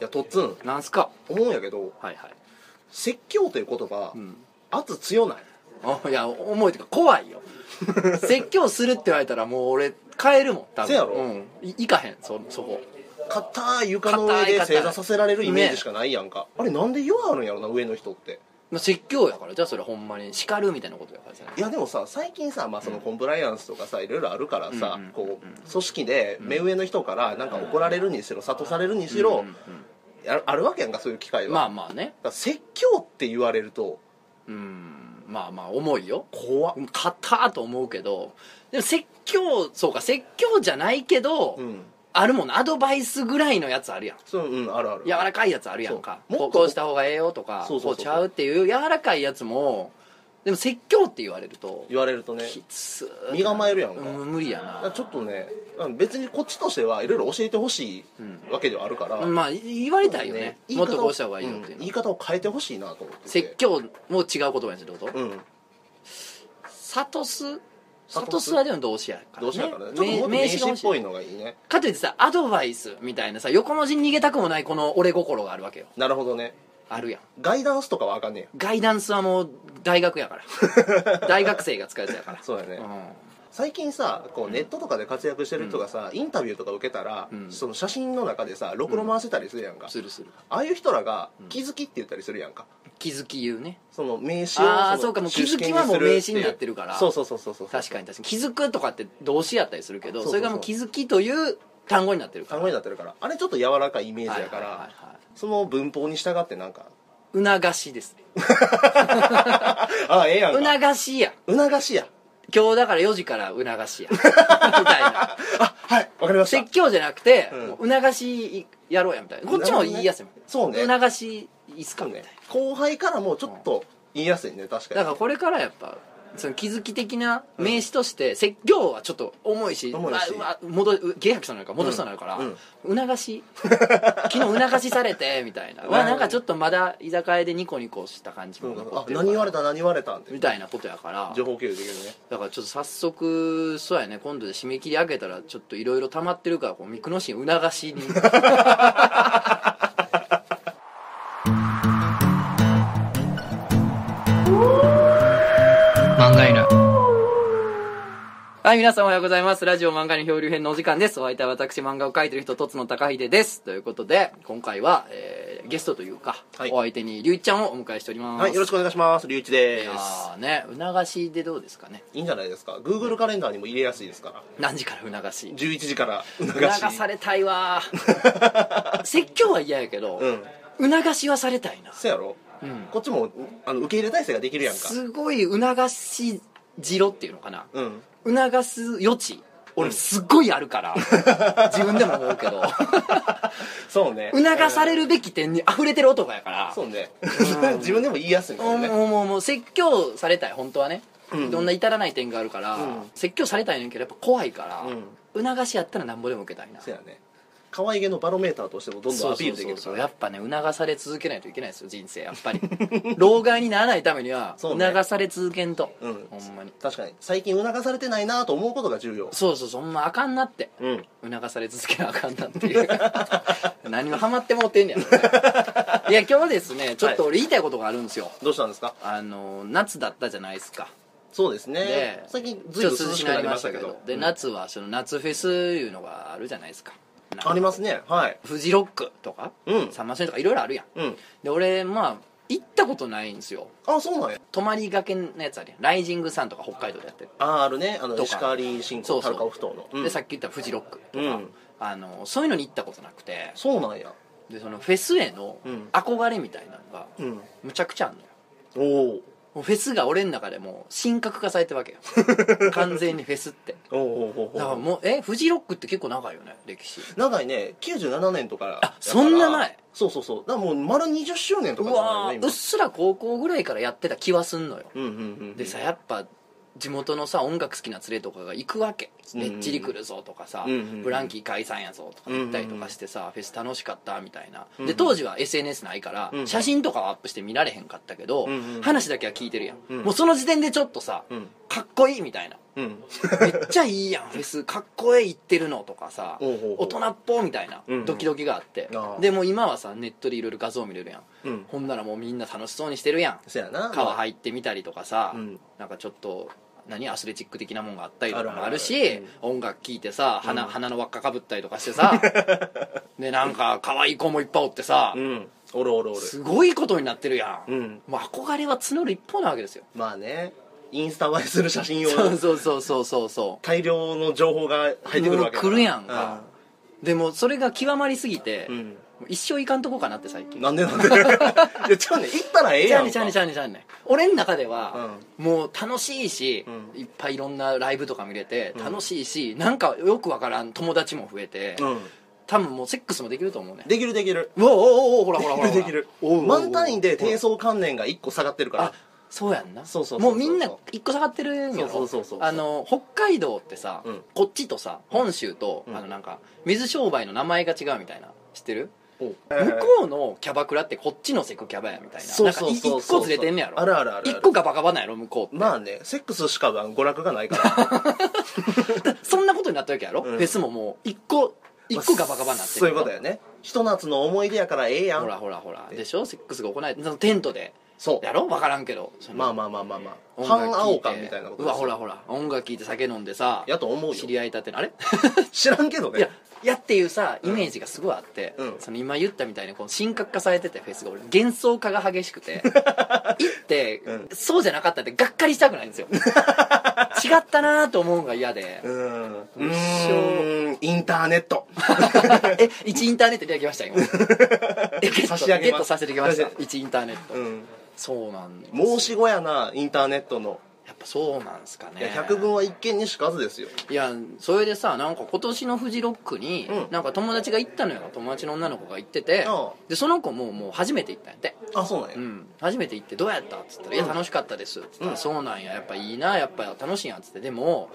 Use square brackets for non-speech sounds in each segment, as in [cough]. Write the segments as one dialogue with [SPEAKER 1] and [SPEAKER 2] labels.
[SPEAKER 1] やとっつん
[SPEAKER 2] なんすか
[SPEAKER 1] 思うんやけど
[SPEAKER 2] はいはい
[SPEAKER 1] 説教という言葉、
[SPEAKER 2] うん
[SPEAKER 1] 圧強ない
[SPEAKER 2] あいや重いというか怖い [laughs] よ説教するって言われたらもう俺変えるもん多分
[SPEAKER 1] せやろ
[SPEAKER 2] うん、い行かへんそそこ
[SPEAKER 1] 硬い床の上
[SPEAKER 2] 硬い
[SPEAKER 1] で
[SPEAKER 2] 硬い
[SPEAKER 1] 正座させられるイメージしかないやんか、あれなんで弱あるんやろな上の人って
[SPEAKER 2] まあ説教やからじゃあそれほんまに叱るみたいなことやからさ
[SPEAKER 1] いやでもさ最近さ、まあ、そのコンプライアンスとかさいろいろあるからさ、
[SPEAKER 2] うんうん
[SPEAKER 1] こう組織で目上の人からなんか怒られるにしろ諭されるにし
[SPEAKER 2] う
[SPEAKER 1] ろ
[SPEAKER 2] んうん、
[SPEAKER 1] やるあるわけやんかそういう機会は、
[SPEAKER 2] まあ
[SPEAKER 1] だ
[SPEAKER 2] まあね
[SPEAKER 1] から説教って言われると
[SPEAKER 2] うんまあまあ重いよ
[SPEAKER 1] 怖っ
[SPEAKER 2] 硬ーと思うけどでも説教そうか説教じゃないけど、
[SPEAKER 1] うん
[SPEAKER 2] あるもんアドバイスぐらいのやつあるやん
[SPEAKER 1] そううんあるある
[SPEAKER 2] 柔らかいやつあるやんか
[SPEAKER 1] そう
[SPEAKER 2] こ
[SPEAKER 1] もっ
[SPEAKER 2] う
[SPEAKER 1] と
[SPEAKER 2] こうした方がええよとか
[SPEAKER 1] そうそうそう
[SPEAKER 2] こうちゃうっていう柔らかいやつもでも説教って言われると
[SPEAKER 1] 言われるとね
[SPEAKER 2] きつー
[SPEAKER 1] 身構えるやんか
[SPEAKER 2] うん無理や
[SPEAKER 1] だから
[SPEAKER 2] な
[SPEAKER 1] ちょっとねうん別にこっちとしてはいろいろ教えてほし
[SPEAKER 2] うん
[SPEAKER 1] いわけではあるから、
[SPEAKER 2] まあい言われたいよね
[SPEAKER 1] 言い
[SPEAKER 2] も
[SPEAKER 1] 方を
[SPEAKER 2] っとこうした方がいいよってい
[SPEAKER 1] ん
[SPEAKER 2] うの
[SPEAKER 1] 言い方を変えてほしいなと思ってて
[SPEAKER 2] 説教も違う言葉にするってこ
[SPEAKER 1] う
[SPEAKER 2] と
[SPEAKER 1] ん
[SPEAKER 2] サトスサ
[SPEAKER 1] サ
[SPEAKER 2] ト
[SPEAKER 1] トス
[SPEAKER 2] スはでも動詞やからね
[SPEAKER 1] どうしようかな、ちょっとも
[SPEAKER 2] 名
[SPEAKER 1] っと名
[SPEAKER 2] 名詞が
[SPEAKER 1] 詞
[SPEAKER 2] 欲
[SPEAKER 1] っ
[SPEAKER 2] し
[SPEAKER 1] ぽ
[SPEAKER 2] い
[SPEAKER 1] いのがいいね
[SPEAKER 2] かといってさアドバイスみたいなさ横文字に逃げたくもないこの俺心があるわけよ
[SPEAKER 1] なるほどね
[SPEAKER 2] あるやん
[SPEAKER 1] ガイダンスとかはあかんね
[SPEAKER 2] ガイダンスはもう大学やから
[SPEAKER 1] [laughs]
[SPEAKER 2] 大学生が使うやつやから
[SPEAKER 1] やそうだね、
[SPEAKER 2] うん
[SPEAKER 1] 最近さこうネットとかで活躍してる人がさ、インタビューとか受けたら、
[SPEAKER 2] うん
[SPEAKER 1] その写真の中でさろくろ回せたりするやんか、
[SPEAKER 2] するする
[SPEAKER 1] ああいう人らが気づきって言ったりするやんか
[SPEAKER 2] 気づき言うね
[SPEAKER 1] その名詞を
[SPEAKER 2] ああ
[SPEAKER 1] の
[SPEAKER 2] そうかもう気
[SPEAKER 1] 主詞
[SPEAKER 2] づ
[SPEAKER 1] 形
[SPEAKER 2] き
[SPEAKER 1] に
[SPEAKER 2] はもう名
[SPEAKER 1] す
[SPEAKER 2] 詞
[SPEAKER 1] る
[SPEAKER 2] に
[SPEAKER 1] っていう
[SPEAKER 2] なってるから
[SPEAKER 1] そうそうそうそうそう
[SPEAKER 2] 確かに確かに気づくとかって動詞やったりするけど
[SPEAKER 1] そうそうそう
[SPEAKER 2] それがもう気づきという単語になってるから
[SPEAKER 1] 単語になってるからあれちょっと柔らかいイメージやから、
[SPEAKER 2] はいはいはいは
[SPEAKER 1] その文法に従ってなんか
[SPEAKER 2] い促しですね
[SPEAKER 1] ああええやんか
[SPEAKER 2] 促しや
[SPEAKER 1] 促しや
[SPEAKER 2] 今日だから4時から促
[SPEAKER 1] [laughs]
[SPEAKER 2] しやみたいな
[SPEAKER 1] あはいわかりました
[SPEAKER 2] 説教じゃなくて、
[SPEAKER 1] うん
[SPEAKER 2] もう促しやろうやみたいなこっちも言いやすいもん、
[SPEAKER 1] そうね
[SPEAKER 2] 促しいいっすかみたいな、
[SPEAKER 1] 後輩からもちょっと言いやすいね確かに
[SPEAKER 2] だからこれからやっぱその気づき的な名詞として、説教はちょっと重いし
[SPEAKER 1] 重いし
[SPEAKER 2] うわうわ戻うゲイ白書になるから戻しそうになるから、
[SPEAKER 1] [laughs]
[SPEAKER 2] 促し昨日促しされてみたいなわなんかちょっとまだ居酒屋でニコニコした感じも残
[SPEAKER 1] あ
[SPEAKER 2] ってるから
[SPEAKER 1] 何言われた何言われたんって
[SPEAKER 2] みたいなことやから
[SPEAKER 1] 情報共有できるね
[SPEAKER 2] だからちょっと早速そうやね今度で締め切り上げたらちょっといろいろ溜まってるからこうミクノシン促 [laughs] しに漫画犬はい、皆さんおはようございます。ラジオ漫画に漂流編のお時間です。お相手は私、漫画を描いてる人、とつの高秀です。ということで、今回は、えーゲストというか、
[SPEAKER 1] はい
[SPEAKER 2] お相手に、りゅうちゃんをお迎えしております。
[SPEAKER 1] はいよろしくお願いします龍一で
[SPEAKER 2] い
[SPEAKER 1] す
[SPEAKER 2] やーね、促しでどうですかね。
[SPEAKER 1] いいんじゃないですか Google カレンダーにも入れやすいですから
[SPEAKER 2] 何時から促し
[SPEAKER 1] 11時から促し
[SPEAKER 2] 促されたいわ
[SPEAKER 1] [laughs]
[SPEAKER 2] ー説教は嫌やけど、
[SPEAKER 1] うん
[SPEAKER 2] 促しはされたいな、
[SPEAKER 1] そうやろ
[SPEAKER 2] うん、
[SPEAKER 1] こっちもあの受け入れ体制ができるやんか
[SPEAKER 2] すごい促しじろっていうのかな
[SPEAKER 1] うん
[SPEAKER 2] 促す余地俺すっごいあ
[SPEAKER 1] [laughs]
[SPEAKER 2] るから、自分でも思うけど
[SPEAKER 1] そうね
[SPEAKER 2] 促され
[SPEAKER 1] る
[SPEAKER 2] るべき点に溢れてる男やから
[SPEAKER 1] そうね [laughs] 自分でも言いやすいも
[SPEAKER 2] もうん
[SPEAKER 1] ね
[SPEAKER 2] もうもうもう説教されたい本当はね、
[SPEAKER 1] うん
[SPEAKER 2] どんな至らない点があるから、
[SPEAKER 1] うん
[SPEAKER 2] 説教されたいねんけどやっぱ怖いから、
[SPEAKER 1] う
[SPEAKER 2] 促しやったらなんぼでも受けたいな
[SPEAKER 1] そうやね可愛げのバロメーターとしてもどんどんアピールできる
[SPEAKER 2] そうそうそ
[SPEAKER 1] か
[SPEAKER 2] うそう
[SPEAKER 1] ら
[SPEAKER 2] やっぱね促され続けないといけないですよ人生やっぱり
[SPEAKER 1] [laughs]
[SPEAKER 2] 老害にならないためには
[SPEAKER 1] そう
[SPEAKER 2] 促
[SPEAKER 1] ね
[SPEAKER 2] され続けんと、
[SPEAKER 1] うん
[SPEAKER 2] ほんまに
[SPEAKER 1] 確かに最近促されてないなと思うことが重要
[SPEAKER 2] そうそうそんなあかんなって
[SPEAKER 1] うん
[SPEAKER 2] 促され続けなあかんなっていう [laughs] 何もハマってもうて
[SPEAKER 1] [laughs]
[SPEAKER 2] んねやろいや今日ですねちょっと俺言いたいことがあるんですよ、
[SPEAKER 1] どうしたんですか
[SPEAKER 2] あの夏だったじゃないですか
[SPEAKER 1] そうです
[SPEAKER 2] で
[SPEAKER 1] ね最近ずいぶん涼しくなりましたけ
[SPEAKER 2] ちょっ
[SPEAKER 1] ど
[SPEAKER 2] と涼しくなりましたで夏はその夏フェスいうのがあるじゃないですか
[SPEAKER 1] ありますねはい
[SPEAKER 2] フジロックとか、
[SPEAKER 1] うん
[SPEAKER 2] サンマシンとかいろいろあるやん
[SPEAKER 1] うん
[SPEAKER 2] で俺まあ行ったことないんですよ
[SPEAKER 1] あそうなんや
[SPEAKER 2] 泊まりがけのやつあるやんライジングさんとか北海道でやってる、
[SPEAKER 1] あーあるねあの
[SPEAKER 2] とか
[SPEAKER 1] 石川り新
[SPEAKER 2] そう
[SPEAKER 1] 婚タ
[SPEAKER 2] そう
[SPEAKER 1] ルカオフトのうん
[SPEAKER 2] でさっき言ったフジロックとか、
[SPEAKER 1] うん
[SPEAKER 2] あのそういうのに行ったことなくて
[SPEAKER 1] そうなんや
[SPEAKER 2] でそのフェスへの
[SPEAKER 1] うん
[SPEAKER 2] 憧れみたいなのが
[SPEAKER 1] うん
[SPEAKER 2] むちゃくちゃあんのよ
[SPEAKER 1] おおう
[SPEAKER 2] もうフェスが俺の中でもう神格化されてるわけよ
[SPEAKER 1] [laughs]
[SPEAKER 2] 完全にフェスって
[SPEAKER 1] おうおうおう
[SPEAKER 2] だから
[SPEAKER 1] おう
[SPEAKER 2] もうえフジロックって結構長いよね歴史
[SPEAKER 1] 長いね97年とかだから
[SPEAKER 2] あそんな前
[SPEAKER 1] そうそうそうだからもう丸20周年と
[SPEAKER 2] う
[SPEAKER 1] かじゃな
[SPEAKER 2] わ
[SPEAKER 1] い
[SPEAKER 2] ーうっすら高校ぐらいからやってた気はすんのよ
[SPEAKER 1] うんうんうん
[SPEAKER 2] でさやっぱ地元のさ音楽好きな連れとかが行くわけ「
[SPEAKER 1] うん
[SPEAKER 2] レッチリ来るぞ」とかさ、
[SPEAKER 1] うんうんうん
[SPEAKER 2] ブランキー解散やぞ」とか言ったりとかしてさ、フェス楽しかったみたいな、
[SPEAKER 1] んうん
[SPEAKER 2] で当時は SNS ないから、
[SPEAKER 1] うん
[SPEAKER 2] 写真とかはアップして見られへんかったけど、
[SPEAKER 1] うんうん
[SPEAKER 2] 話だけは聞いてるやん、
[SPEAKER 1] うん
[SPEAKER 2] もうその時点でちょっとさ、
[SPEAKER 1] うん
[SPEAKER 2] かっこいいみたいな
[SPEAKER 1] うん
[SPEAKER 2] めっちゃいい
[SPEAKER 1] [laughs]
[SPEAKER 2] やんフェスかっこええ行ってるのとかさ
[SPEAKER 1] おうおうおう
[SPEAKER 2] 大人っぽみたいな
[SPEAKER 1] うんうん
[SPEAKER 2] ドキドキがあって
[SPEAKER 1] ああ
[SPEAKER 2] でもう今はさネットでいろいろ画像見れるやん
[SPEAKER 1] うん
[SPEAKER 2] ほんならもうみんな楽しそうにしてるやん
[SPEAKER 1] そやな
[SPEAKER 2] 川入ってみたりとかさ、
[SPEAKER 1] うん
[SPEAKER 2] なんかちょっと何アスレチック的なもんがあったりとか
[SPEAKER 1] あるあ
[SPEAKER 2] も
[SPEAKER 1] る
[SPEAKER 2] あるし
[SPEAKER 1] ある
[SPEAKER 2] 音楽聴いてさ鼻,、鼻の輪っかかぶったりとかして [laughs] さでなんか可愛い子もいっぱいおってさ、
[SPEAKER 1] うんおるおるおる
[SPEAKER 2] すごいことになってるやん、
[SPEAKER 1] うん
[SPEAKER 2] もう憧れは募る一方なわけですよ
[SPEAKER 1] まあねインスタ映えする写真
[SPEAKER 2] そう
[SPEAKER 1] を
[SPEAKER 2] そうそうそうそうそ [laughs]
[SPEAKER 1] 大量の情報が入ってくるわけだから
[SPEAKER 2] もう来るやんかうでもそれが極まりすぎて、
[SPEAKER 1] うんう
[SPEAKER 2] も
[SPEAKER 1] ん
[SPEAKER 2] う一生いかんとこかなって最近
[SPEAKER 1] なんでなんで [laughs] いやちゃうねん行ったらええ
[SPEAKER 2] ち
[SPEAKER 1] や
[SPEAKER 2] ゃうんね
[SPEAKER 1] か
[SPEAKER 2] ちゃうねちゃうねちゃうね俺の中では、もう楽しいし、
[SPEAKER 1] うん
[SPEAKER 2] いっぱいいろんなライブとか見れて楽しいし、なんかよくわからん友達も増えて、
[SPEAKER 1] う
[SPEAKER 2] 多分もうセックスもできると思うね
[SPEAKER 1] んできるできる
[SPEAKER 2] うわおおおおほらほら
[SPEAKER 1] でき
[SPEAKER 2] ほら
[SPEAKER 1] るできる
[SPEAKER 2] おうおうおう
[SPEAKER 1] 満単位で低層観念が1個下がってるから
[SPEAKER 2] あそうやんな
[SPEAKER 1] そうそうそうそう
[SPEAKER 2] もうみんな一個下がってるんやろ
[SPEAKER 1] そうそうそうそう
[SPEAKER 2] あの北海道ってさ、
[SPEAKER 1] うん
[SPEAKER 2] こっちとさ本州と、
[SPEAKER 1] うん
[SPEAKER 2] あのなんか水商売の名前が違うみたいな知ってる
[SPEAKER 1] 向
[SPEAKER 2] 向こうのキャバクラってこっちのセクキャバやみたいな
[SPEAKER 1] そうそうそうそう
[SPEAKER 2] なんかい一個ずれてんねやろ
[SPEAKER 1] あるあるあるある
[SPEAKER 2] 一個がバカバカなんやろ向こう
[SPEAKER 1] まあねセックスしか娯楽がないから
[SPEAKER 2] そんなことになったわけやろ、
[SPEAKER 1] うん
[SPEAKER 2] フェスももう一個 [laughs] 一個がバカバカになってる
[SPEAKER 1] そういうことやねひと夏の思い出やからええや
[SPEAKER 2] ほら
[SPEAKER 1] ん
[SPEAKER 2] ほらほらでしょセックスが行えてそのテントで
[SPEAKER 1] そう
[SPEAKER 2] やろ分からんけど
[SPEAKER 1] まあ
[SPEAKER 2] あ
[SPEAKER 1] まあまあまあまあ
[SPEAKER 2] 音
[SPEAKER 1] 半
[SPEAKER 2] 楽聴い
[SPEAKER 1] 青
[SPEAKER 2] て
[SPEAKER 1] 感みたいなこと
[SPEAKER 2] う
[SPEAKER 1] ですよ
[SPEAKER 2] わほらほら音楽聴いて酒飲んでさ
[SPEAKER 1] やと思うよ
[SPEAKER 2] 知り合いたてのあれ
[SPEAKER 1] 知らんけど
[SPEAKER 2] いや
[SPEAKER 1] ね
[SPEAKER 2] いやっていうさイメージがすごいあって、
[SPEAKER 1] うん
[SPEAKER 2] その今言ったみたいにこう神格化されててフェスが俺幻想化が激し
[SPEAKER 1] [laughs]
[SPEAKER 2] くて行って、
[SPEAKER 1] うん
[SPEAKER 2] そうじゃなかったってがっかりしたくないん
[SPEAKER 1] [laughs]
[SPEAKER 2] ですよ違ったなと思うのが嫌で
[SPEAKER 1] うんう
[SPEAKER 2] 一
[SPEAKER 1] ーんインターネット
[SPEAKER 2] [laughs] え一インターネットいただきまし
[SPEAKER 1] [laughs]
[SPEAKER 2] た今えゲット
[SPEAKER 1] 差し上げます
[SPEAKER 2] ゲットさせてきました
[SPEAKER 1] 差し上
[SPEAKER 2] 一インターネット、
[SPEAKER 1] うん
[SPEAKER 2] そうなんです
[SPEAKER 1] 申し子やなインターネットの
[SPEAKER 2] やっぱそうなんすか
[SPEAKER 1] いや
[SPEAKER 2] ね
[SPEAKER 1] 百聞は一見にしかずですよ
[SPEAKER 2] いやそれでさなんか今年のフジロックに、
[SPEAKER 1] うん
[SPEAKER 2] なんか友達が行ったのよ友達の女の子が行ってて
[SPEAKER 1] ああ
[SPEAKER 2] でその子ももう初めて行ったんやって、
[SPEAKER 1] あそうなんや
[SPEAKER 2] うん、初めて行って「どうやった?」っつったら「いや楽しかったです」っつったら「
[SPEAKER 1] うん
[SPEAKER 2] そうなんややっぱいいなやっぱ楽しいや」っつってでも、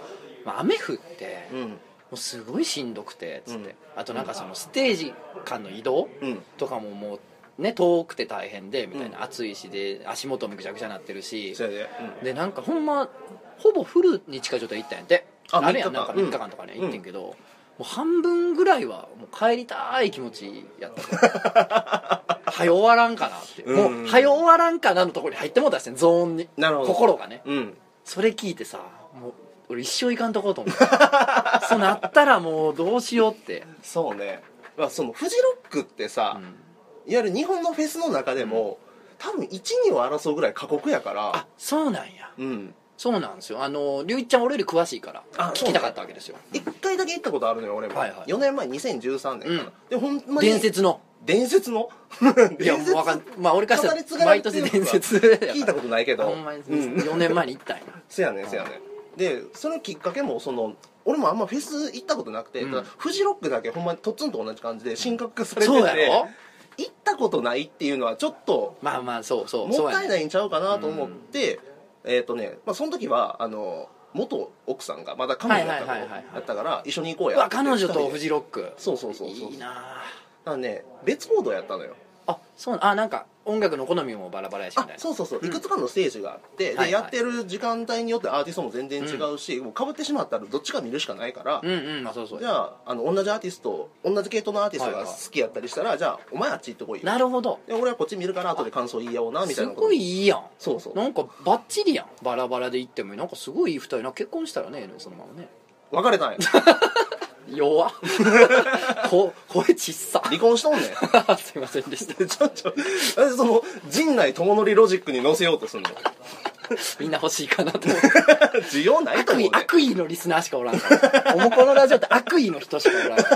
[SPEAKER 2] まあ雨降って、
[SPEAKER 1] う
[SPEAKER 2] も
[SPEAKER 1] ん
[SPEAKER 2] うすごいしんどくてっつって、
[SPEAKER 1] うん
[SPEAKER 2] あとなんかそのステージ間の移動
[SPEAKER 1] うん
[SPEAKER 2] とかももうね遠くて大変でみたいな、
[SPEAKER 1] うん
[SPEAKER 2] 暑いしで足元もぐちゃぐちゃなってるし
[SPEAKER 1] そやで
[SPEAKER 2] でなんかほんまほぼフルに近い状態で行ったんやってあ
[SPEAKER 1] あ
[SPEAKER 2] れやん
[SPEAKER 1] 三
[SPEAKER 2] なん
[SPEAKER 1] 日
[SPEAKER 2] か
[SPEAKER 1] 間
[SPEAKER 2] 3日間とかね、
[SPEAKER 1] うん
[SPEAKER 2] 行ってんけど、もう半分ぐらいはもう帰りたい気持ちやった
[SPEAKER 1] [laughs]
[SPEAKER 2] はよ終わらんかなって
[SPEAKER 1] うん
[SPEAKER 2] もうはよ終わらんかなのところに入ってもうたしてんゾーンに
[SPEAKER 1] なるほど
[SPEAKER 2] 心がね
[SPEAKER 1] うんうん
[SPEAKER 2] それ聞いてさもう俺一生いかんとこうと [laughs] 思ってそうなったらもうどうしようって、
[SPEAKER 1] そうねまあそのフジロックって
[SPEAKER 2] う
[SPEAKER 1] さ
[SPEAKER 2] ん
[SPEAKER 1] いわゆる日本のフェスの中でも多分12を争うぐらい過酷やから
[SPEAKER 2] あそうなんや
[SPEAKER 1] うん
[SPEAKER 2] そうなんですよあの龍一ちゃん俺より詳しいから
[SPEAKER 1] あ
[SPEAKER 2] 聞きたかったわけですよ
[SPEAKER 1] 一回だけ行ったことあるのよ俺も
[SPEAKER 2] はいはい
[SPEAKER 1] 4年前2013年か
[SPEAKER 2] うん
[SPEAKER 1] なでほんまに
[SPEAKER 2] 伝説の
[SPEAKER 1] 伝説の
[SPEAKER 2] いや
[SPEAKER 1] [laughs] 伝
[SPEAKER 2] も
[SPEAKER 1] 説
[SPEAKER 2] うわかんまあ俺からした
[SPEAKER 1] 語り継
[SPEAKER 2] ら
[SPEAKER 1] がれ
[SPEAKER 2] 毎
[SPEAKER 1] てる
[SPEAKER 2] 年伝説
[SPEAKER 1] 聞いたことないけど
[SPEAKER 2] ほんまに
[SPEAKER 1] うん
[SPEAKER 2] 4年前に
[SPEAKER 1] [laughs]
[SPEAKER 2] 行ったんや
[SPEAKER 1] せやねんせやねんでそのきっかけもその俺もあんまフェス行ったことなくて、
[SPEAKER 2] うん
[SPEAKER 1] ただフジロックだけほんまにとっつんと同じ感じで神格化されて
[SPEAKER 2] そう
[SPEAKER 1] て
[SPEAKER 2] やろ
[SPEAKER 1] 行ったことないっていうのはちょっと
[SPEAKER 2] まあまあそうそう
[SPEAKER 1] も
[SPEAKER 2] そ
[SPEAKER 1] っ
[SPEAKER 2] う
[SPEAKER 1] たい
[SPEAKER 2] や
[SPEAKER 1] な
[SPEAKER 2] ね
[SPEAKER 1] いんちゃうかなと思って、えっ、とね、まあ、その時はあの元奥さんがまだ彼女だった
[SPEAKER 2] は
[SPEAKER 1] の
[SPEAKER 2] いはいはいはいはい
[SPEAKER 1] やったから一緒に行こう
[SPEAKER 2] う
[SPEAKER 1] や
[SPEAKER 2] わ彼女とフ
[SPEAKER 1] 二人で
[SPEAKER 2] ジロック
[SPEAKER 1] そうそうそうそう
[SPEAKER 2] いいな
[SPEAKER 1] だからね別行動やったのよ
[SPEAKER 2] ああそうあなんか音楽の好みもバラバラやしみ
[SPEAKER 1] あ
[SPEAKER 2] たいな
[SPEAKER 1] そうそうそう、
[SPEAKER 2] ん
[SPEAKER 1] いくつかのステージがあって、
[SPEAKER 2] はいはい
[SPEAKER 1] でやってる時間帯によってアーティストも全然違うし、もうかぶってしまったらどっちか見るしかないから、
[SPEAKER 2] うんうんまあそうそう
[SPEAKER 1] じゃああの同じアーティスト同じ系統のアーティスト
[SPEAKER 2] は
[SPEAKER 1] が
[SPEAKER 2] いはい
[SPEAKER 1] 好きやったりしたら、じゃあお前あっち行ってこいよ
[SPEAKER 2] なるほど
[SPEAKER 1] で俺はこっち見るから後で感想言い合おうなみたい
[SPEAKER 2] す
[SPEAKER 1] なこと
[SPEAKER 2] ごいいいやん
[SPEAKER 1] そうそう
[SPEAKER 2] なんかバッチリやんバラバラで行ってもなんかすごいいい二人な結婚したらねそのままね
[SPEAKER 1] 別れたんや
[SPEAKER 2] 弱 [laughs] こ声ちっさ [laughs]
[SPEAKER 1] 離婚しとんねん
[SPEAKER 2] すいませんでした
[SPEAKER 1] ちょちょなんでその陣内智則ロジックに乗せようと
[SPEAKER 2] [laughs]
[SPEAKER 1] すんの
[SPEAKER 2] みんな欲しいかなと思って
[SPEAKER 1] 需要ないと
[SPEAKER 2] 悪
[SPEAKER 1] 思う
[SPEAKER 2] 意
[SPEAKER 1] ね
[SPEAKER 2] 悪意のリスナーしかおら
[SPEAKER 1] [laughs]
[SPEAKER 2] んからおもこのラジオって悪意の人しかおらんか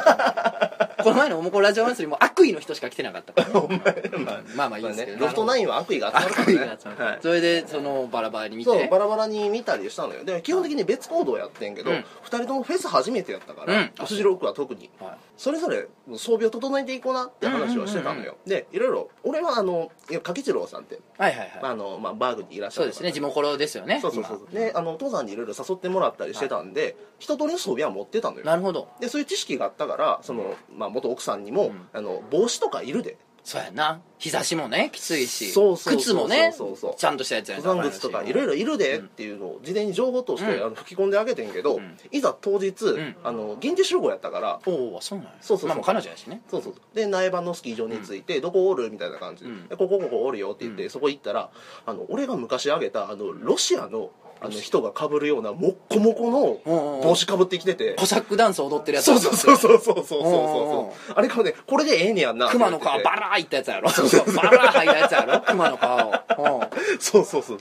[SPEAKER 2] らこの前のおもこラジオ祭りも悪意の人しか来てなかっ
[SPEAKER 1] [laughs]
[SPEAKER 2] たからまあまあいいですけど
[SPEAKER 1] ロフトナインは悪意が集まるか
[SPEAKER 2] 悪
[SPEAKER 1] ら
[SPEAKER 2] 意
[SPEAKER 1] ね
[SPEAKER 2] が集まって
[SPEAKER 1] はい
[SPEAKER 2] それでそのバラバラに見
[SPEAKER 1] そう
[SPEAKER 2] て
[SPEAKER 1] バラバラに見たりしたのよで基本的に別行動やってんけど、
[SPEAKER 2] うん
[SPEAKER 1] 二人ともフェス初めてやったか
[SPEAKER 2] うん
[SPEAKER 1] ら、お寿司ロックは特に、
[SPEAKER 2] はい
[SPEAKER 1] それぞれ装備を整えていこうなって話をしてたのよ、
[SPEAKER 2] うんうんうん
[SPEAKER 1] でいろいろ俺はあのいや柿次郎さんって、
[SPEAKER 2] はいはい
[SPEAKER 1] まあ
[SPEAKER 2] はい
[SPEAKER 1] あのまあ、バーグにいらっしゃ
[SPEAKER 2] そう
[SPEAKER 1] る
[SPEAKER 2] ですね地元コロですよね
[SPEAKER 1] そうそうそうであの父さんにいろいろ誘ってもらったりしてたんで、一通りの装備は持ってたの
[SPEAKER 2] 今
[SPEAKER 1] よ
[SPEAKER 2] なるほど
[SPEAKER 1] でそういう知識があったからその、まあ、元奥さんにも、
[SPEAKER 2] ん
[SPEAKER 1] あの帽子とかいるで
[SPEAKER 2] そうやな日差しもねきついし
[SPEAKER 1] そうそうそう
[SPEAKER 2] 靴もね
[SPEAKER 1] そうそうそう
[SPEAKER 2] ちゃんとしたやつやね
[SPEAKER 1] 登山靴とかいろいろいるでっていうのを事前に情報として、
[SPEAKER 2] うん
[SPEAKER 1] あの吹き込んであげてんけど、
[SPEAKER 2] うん
[SPEAKER 1] いざ当日、
[SPEAKER 2] ん
[SPEAKER 1] あの現地集合やったから
[SPEAKER 2] おおそうなんや
[SPEAKER 1] そうそうそう
[SPEAKER 2] まあもう彼女やしね
[SPEAKER 1] そうそうそうで苗場のスキー場に着いて、どこおるみたいな感じで、
[SPEAKER 2] うん
[SPEAKER 1] でここここおるよって言って、そこ行ったらあの俺が昔あげたあのロシアのあの人がかぶるようなもっこもこ
[SPEAKER 2] うんうんうん
[SPEAKER 1] の帽子かぶってきてて、
[SPEAKER 2] コサックダンス踊ってるやつ
[SPEAKER 1] そうそうそうそうそうそうそうそう
[SPEAKER 2] おうおうおう
[SPEAKER 1] あれからねこれでええねやんなって
[SPEAKER 2] 熊
[SPEAKER 1] 思
[SPEAKER 2] の
[SPEAKER 1] っ
[SPEAKER 2] 皮
[SPEAKER 1] てて
[SPEAKER 2] バラーいったやつやろそうそうバラー入ったやつやろ熊の皮をうん
[SPEAKER 1] そうそうそう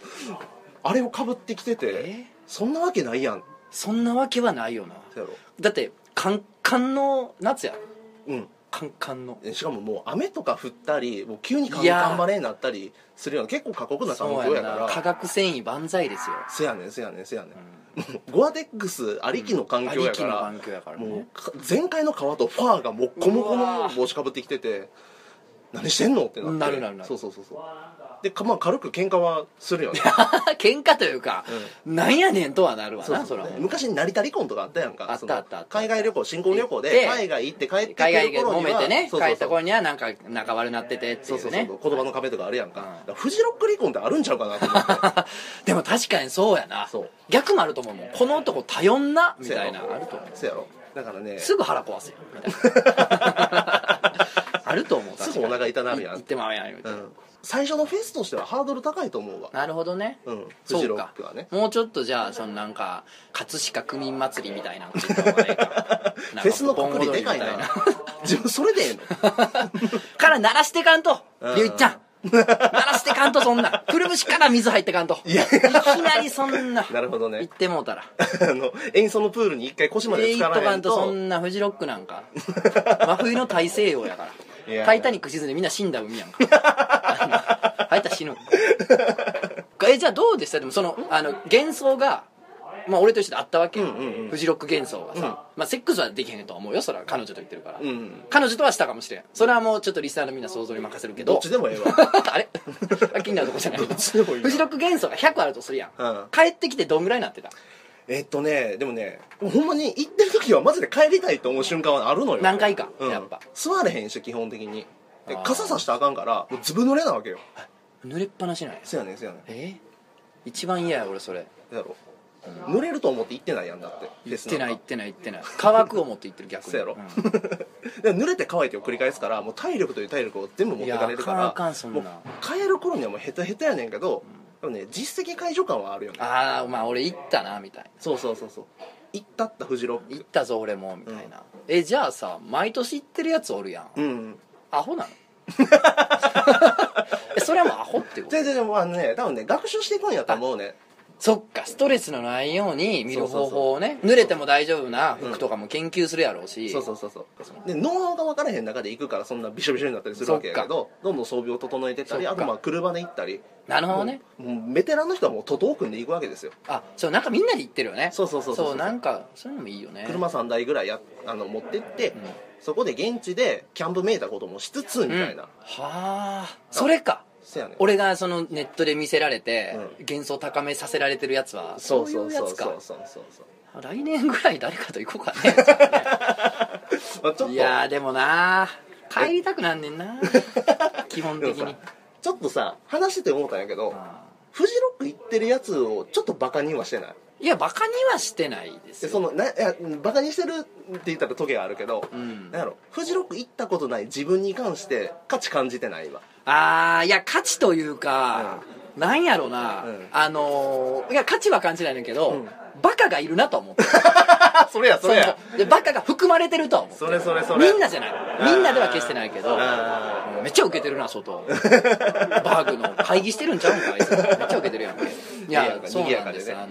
[SPEAKER 1] あれをかぶってきてて、
[SPEAKER 2] え
[SPEAKER 1] そんなわけないやんって
[SPEAKER 2] そんなわけはないよな
[SPEAKER 1] やろ
[SPEAKER 2] だってカンカンの夏やろ
[SPEAKER 1] うん
[SPEAKER 2] カンカンの
[SPEAKER 1] しかももう雨とか降ったりもう急に
[SPEAKER 2] いやー
[SPEAKER 1] 頑張れになったりするような結構過酷な環
[SPEAKER 2] そう
[SPEAKER 1] 境や
[SPEAKER 2] や
[SPEAKER 1] か
[SPEAKER 2] な化
[SPEAKER 1] ら
[SPEAKER 2] 学繊維万歳ですよ
[SPEAKER 1] せやねんせやねんせやねん、もうゴアテックスありきの環
[SPEAKER 2] あ
[SPEAKER 1] 境
[SPEAKER 2] り
[SPEAKER 1] や
[SPEAKER 2] き
[SPEAKER 1] か
[SPEAKER 2] の
[SPEAKER 1] ら、
[SPEAKER 2] 環境やから
[SPEAKER 1] もう
[SPEAKER 2] ね
[SPEAKER 1] か前回の皮とファーがもうこもこ
[SPEAKER 2] うわ
[SPEAKER 1] の
[SPEAKER 2] ー
[SPEAKER 1] 帽子かぶってきてて何してんのってなって
[SPEAKER 2] なるなるなる
[SPEAKER 1] そうそうそうそうでか、まあ、軽く喧嘩はするよね
[SPEAKER 2] [laughs] 喧嘩というか、なんやねんとはなるわ
[SPEAKER 1] そう
[SPEAKER 2] な
[SPEAKER 1] そ
[SPEAKER 2] [laughs] そうら
[SPEAKER 1] 昔成田離婚とかあったやんか
[SPEAKER 2] あった
[SPEAKER 1] その
[SPEAKER 2] あったあった
[SPEAKER 1] 海外旅行新婚旅行
[SPEAKER 2] 行って
[SPEAKER 1] で海外行って帰って
[SPEAKER 2] 海
[SPEAKER 1] く
[SPEAKER 2] 外
[SPEAKER 1] る
[SPEAKER 2] で
[SPEAKER 1] 頃
[SPEAKER 2] 揉
[SPEAKER 1] に
[SPEAKER 2] め
[SPEAKER 1] は
[SPEAKER 2] てね
[SPEAKER 1] そうそうそう
[SPEAKER 2] 帰った頃にはなんか仲悪なっててって
[SPEAKER 1] そう
[SPEAKER 2] い
[SPEAKER 1] そううそう
[SPEAKER 2] ね
[SPEAKER 1] 言葉の壁とかあるやんか,、
[SPEAKER 2] うん
[SPEAKER 1] だからフジロック離婚ってあるんちゃうかなと思って
[SPEAKER 2] でも確かにそうやな
[SPEAKER 1] そう
[SPEAKER 2] 逆もあると思うもんこの男頼んな [laughs] みたいな
[SPEAKER 1] そうやろ
[SPEAKER 2] あると思う
[SPEAKER 1] そうやろだからね
[SPEAKER 2] すぐ腹壊すよみたい
[SPEAKER 1] [laughs]
[SPEAKER 2] なあると思う
[SPEAKER 1] すぐお腹痛なるやん
[SPEAKER 2] 言ってまうやんみた
[SPEAKER 1] う
[SPEAKER 2] いな、
[SPEAKER 1] ん、最初のフェスとしてはハードル高いと思うわ
[SPEAKER 2] なるほどね
[SPEAKER 1] うんフ
[SPEAKER 2] そ
[SPEAKER 1] ジ
[SPEAKER 2] う
[SPEAKER 1] ロッ
[SPEAKER 2] か
[SPEAKER 1] クはね
[SPEAKER 2] もうちょっとじゃあそのなんか葛飾区民祭りみたいなのを言った
[SPEAKER 1] [laughs]
[SPEAKER 2] 方がいいか
[SPEAKER 1] フェスのくくりでかい
[SPEAKER 2] なん
[SPEAKER 1] な
[SPEAKER 2] か盆踊りみ
[SPEAKER 1] [laughs]
[SPEAKER 2] たい
[SPEAKER 1] 自分それでええの
[SPEAKER 2] なから鳴らしてかんと
[SPEAKER 1] うん
[SPEAKER 2] ゆいちゃん鳴らしてかんとそんなくるぶしから水入ってかんとい
[SPEAKER 1] いや
[SPEAKER 2] きなりそんな
[SPEAKER 1] なるほどね
[SPEAKER 2] 言ってもうたら
[SPEAKER 1] あの [laughs] 演奏のプールに一回腰まで
[SPEAKER 2] エイ
[SPEAKER 1] つ
[SPEAKER 2] ト
[SPEAKER 1] かな
[SPEAKER 2] バ
[SPEAKER 1] い
[SPEAKER 2] ンとそんなフジロックな
[SPEAKER 1] [laughs]
[SPEAKER 2] んか真冬の大西洋やか
[SPEAKER 1] いや
[SPEAKER 2] ら「タイタニック」沈んでみんな死んだ海やん
[SPEAKER 1] [laughs]
[SPEAKER 2] かあんな入ったら死ぬえじゃあどうでしたでもそのあの幻想がまあ俺と一緒であったわけよ、
[SPEAKER 1] うんうんうん
[SPEAKER 2] フジロック幻想がさ、まあセックスはできへんとは思うよそれは彼女と言ってるから、
[SPEAKER 1] うん
[SPEAKER 2] 彼女とはしたかもしれんそれはもうちょっとリスナーのみんな想像に任せるけど
[SPEAKER 1] どっちでもええわ
[SPEAKER 2] [laughs]
[SPEAKER 1] [laughs]
[SPEAKER 2] あれあ気になるとこじゃない
[SPEAKER 1] どっちでもいいな
[SPEAKER 2] フジロック幻想が100あるとするやん、
[SPEAKER 1] うん
[SPEAKER 2] 帰ってきてどんぐらいになってた
[SPEAKER 1] えっとねでもねほんまに行ってる時はマジで帰りたいと思う瞬間はあるのよ
[SPEAKER 2] 何回か、
[SPEAKER 1] うん、
[SPEAKER 2] やっぱ
[SPEAKER 1] 座れへんし基本的にで
[SPEAKER 2] あー
[SPEAKER 1] 傘さしたらあかんからもうずぶ濡れなわけよ
[SPEAKER 2] 濡れっぱなしなんや
[SPEAKER 1] せやねんせやねん
[SPEAKER 2] え一番嫌や俺それ
[SPEAKER 1] やろ濡れると思って行ってないやんだって
[SPEAKER 2] 言
[SPEAKER 1] 行
[SPEAKER 2] ってない言ってない言ってない乾くを持って言ってる逆に
[SPEAKER 1] そうやろ、
[SPEAKER 2] ん
[SPEAKER 1] で濡れて乾いてを繰り返すからもう体力という体力を全部持ってかれるか
[SPEAKER 2] いやあ
[SPEAKER 1] ら
[SPEAKER 2] かんあかんそんな
[SPEAKER 1] もう帰る頃にはもうヘタヘタやねんけど、でもね実績解除感はあるよね
[SPEAKER 2] ああまあ俺行ったなみたいな
[SPEAKER 1] そうそうそうそう行ったったフジロッ
[SPEAKER 2] 行っ
[SPEAKER 1] ク
[SPEAKER 2] たぞ俺もみたいな、えじゃあさ毎年行ってるやつおるやん、
[SPEAKER 1] うん
[SPEAKER 2] アホ
[SPEAKER 1] [laughs]
[SPEAKER 2] なのえそれはもうアホってこと
[SPEAKER 1] 全然でもあのね多分ね学習していくんやと思うね
[SPEAKER 2] そっかストレスのないように見る方法をね濡れても大丈夫な服とかも研究するやろうし、
[SPEAKER 1] そうそうそうそうでノウハウが分からへん中で行くからそんなびしょびしょになったりするわけやけどどんどん装備を整えてったり
[SPEAKER 2] そっ
[SPEAKER 1] あ
[SPEAKER 2] か
[SPEAKER 1] とまあ車で行ったり
[SPEAKER 2] なるほどね
[SPEAKER 1] もうもうベテランの人はもう徒党組んで行くわけですよ
[SPEAKER 2] あそうなんかみんなで行ってるよね
[SPEAKER 1] そうそうそうそう
[SPEAKER 2] そうなんかそういうのもいいよね
[SPEAKER 1] 車3台ぐらいやあの持ってって、そこで現地でキャンプめいたこともしつつみたいな、
[SPEAKER 2] はあそれか
[SPEAKER 1] そやねん
[SPEAKER 2] 俺がそのネットで見せられて、
[SPEAKER 1] うん
[SPEAKER 2] 幻想高めさせられてるやつは
[SPEAKER 1] そう
[SPEAKER 2] い
[SPEAKER 1] そう
[SPEAKER 2] や
[SPEAKER 1] そう
[SPEAKER 2] つ
[SPEAKER 1] そうそう
[SPEAKER 2] か
[SPEAKER 1] そうそう
[SPEAKER 2] 来年ぐらい誰かと行こうかね
[SPEAKER 1] ま [laughs] あちょっと
[SPEAKER 2] いやーでもなー帰りたくなんねんな [laughs] 基本
[SPEAKER 1] でも
[SPEAKER 2] 的
[SPEAKER 1] さ
[SPEAKER 2] に
[SPEAKER 1] ちょっとさ話してて思ったんやけど
[SPEAKER 2] あ
[SPEAKER 1] フジロック行ってるやつをちょっとバカにはしてない
[SPEAKER 2] ーいやバカにはしてないです
[SPEAKER 1] で
[SPEAKER 2] よ
[SPEAKER 1] そのないやバカにしてるって言ったらトゲがあるけど、
[SPEAKER 2] ん
[SPEAKER 1] なんやろフジロック行ったことない自分に関して価値感じてない
[SPEAKER 2] [laughs]
[SPEAKER 1] 今
[SPEAKER 2] ああいや価値というか、なんやろな、
[SPEAKER 1] うん
[SPEAKER 2] あのーいや価値は感じないねんだけど、
[SPEAKER 1] うん
[SPEAKER 2] バカがいるなとは思ってる
[SPEAKER 1] あそれや
[SPEAKER 2] そのでバカが含まれてるとは思ってる
[SPEAKER 1] それそれそれ
[SPEAKER 2] みんなじゃないみんなでは決してないけど
[SPEAKER 1] あ
[SPEAKER 2] めっちゃウケてるな
[SPEAKER 1] [laughs]
[SPEAKER 2] 外バーグの会議してるんちゃうんかあいつめっちゃウケてるやんけい
[SPEAKER 1] [laughs] 賑や
[SPEAKER 2] や
[SPEAKER 1] か
[SPEAKER 2] そうなん
[SPEAKER 1] 賑
[SPEAKER 2] です、
[SPEAKER 1] や
[SPEAKER 2] あ
[SPEAKER 1] かで
[SPEAKER 2] の
[SPEAKER 1] ね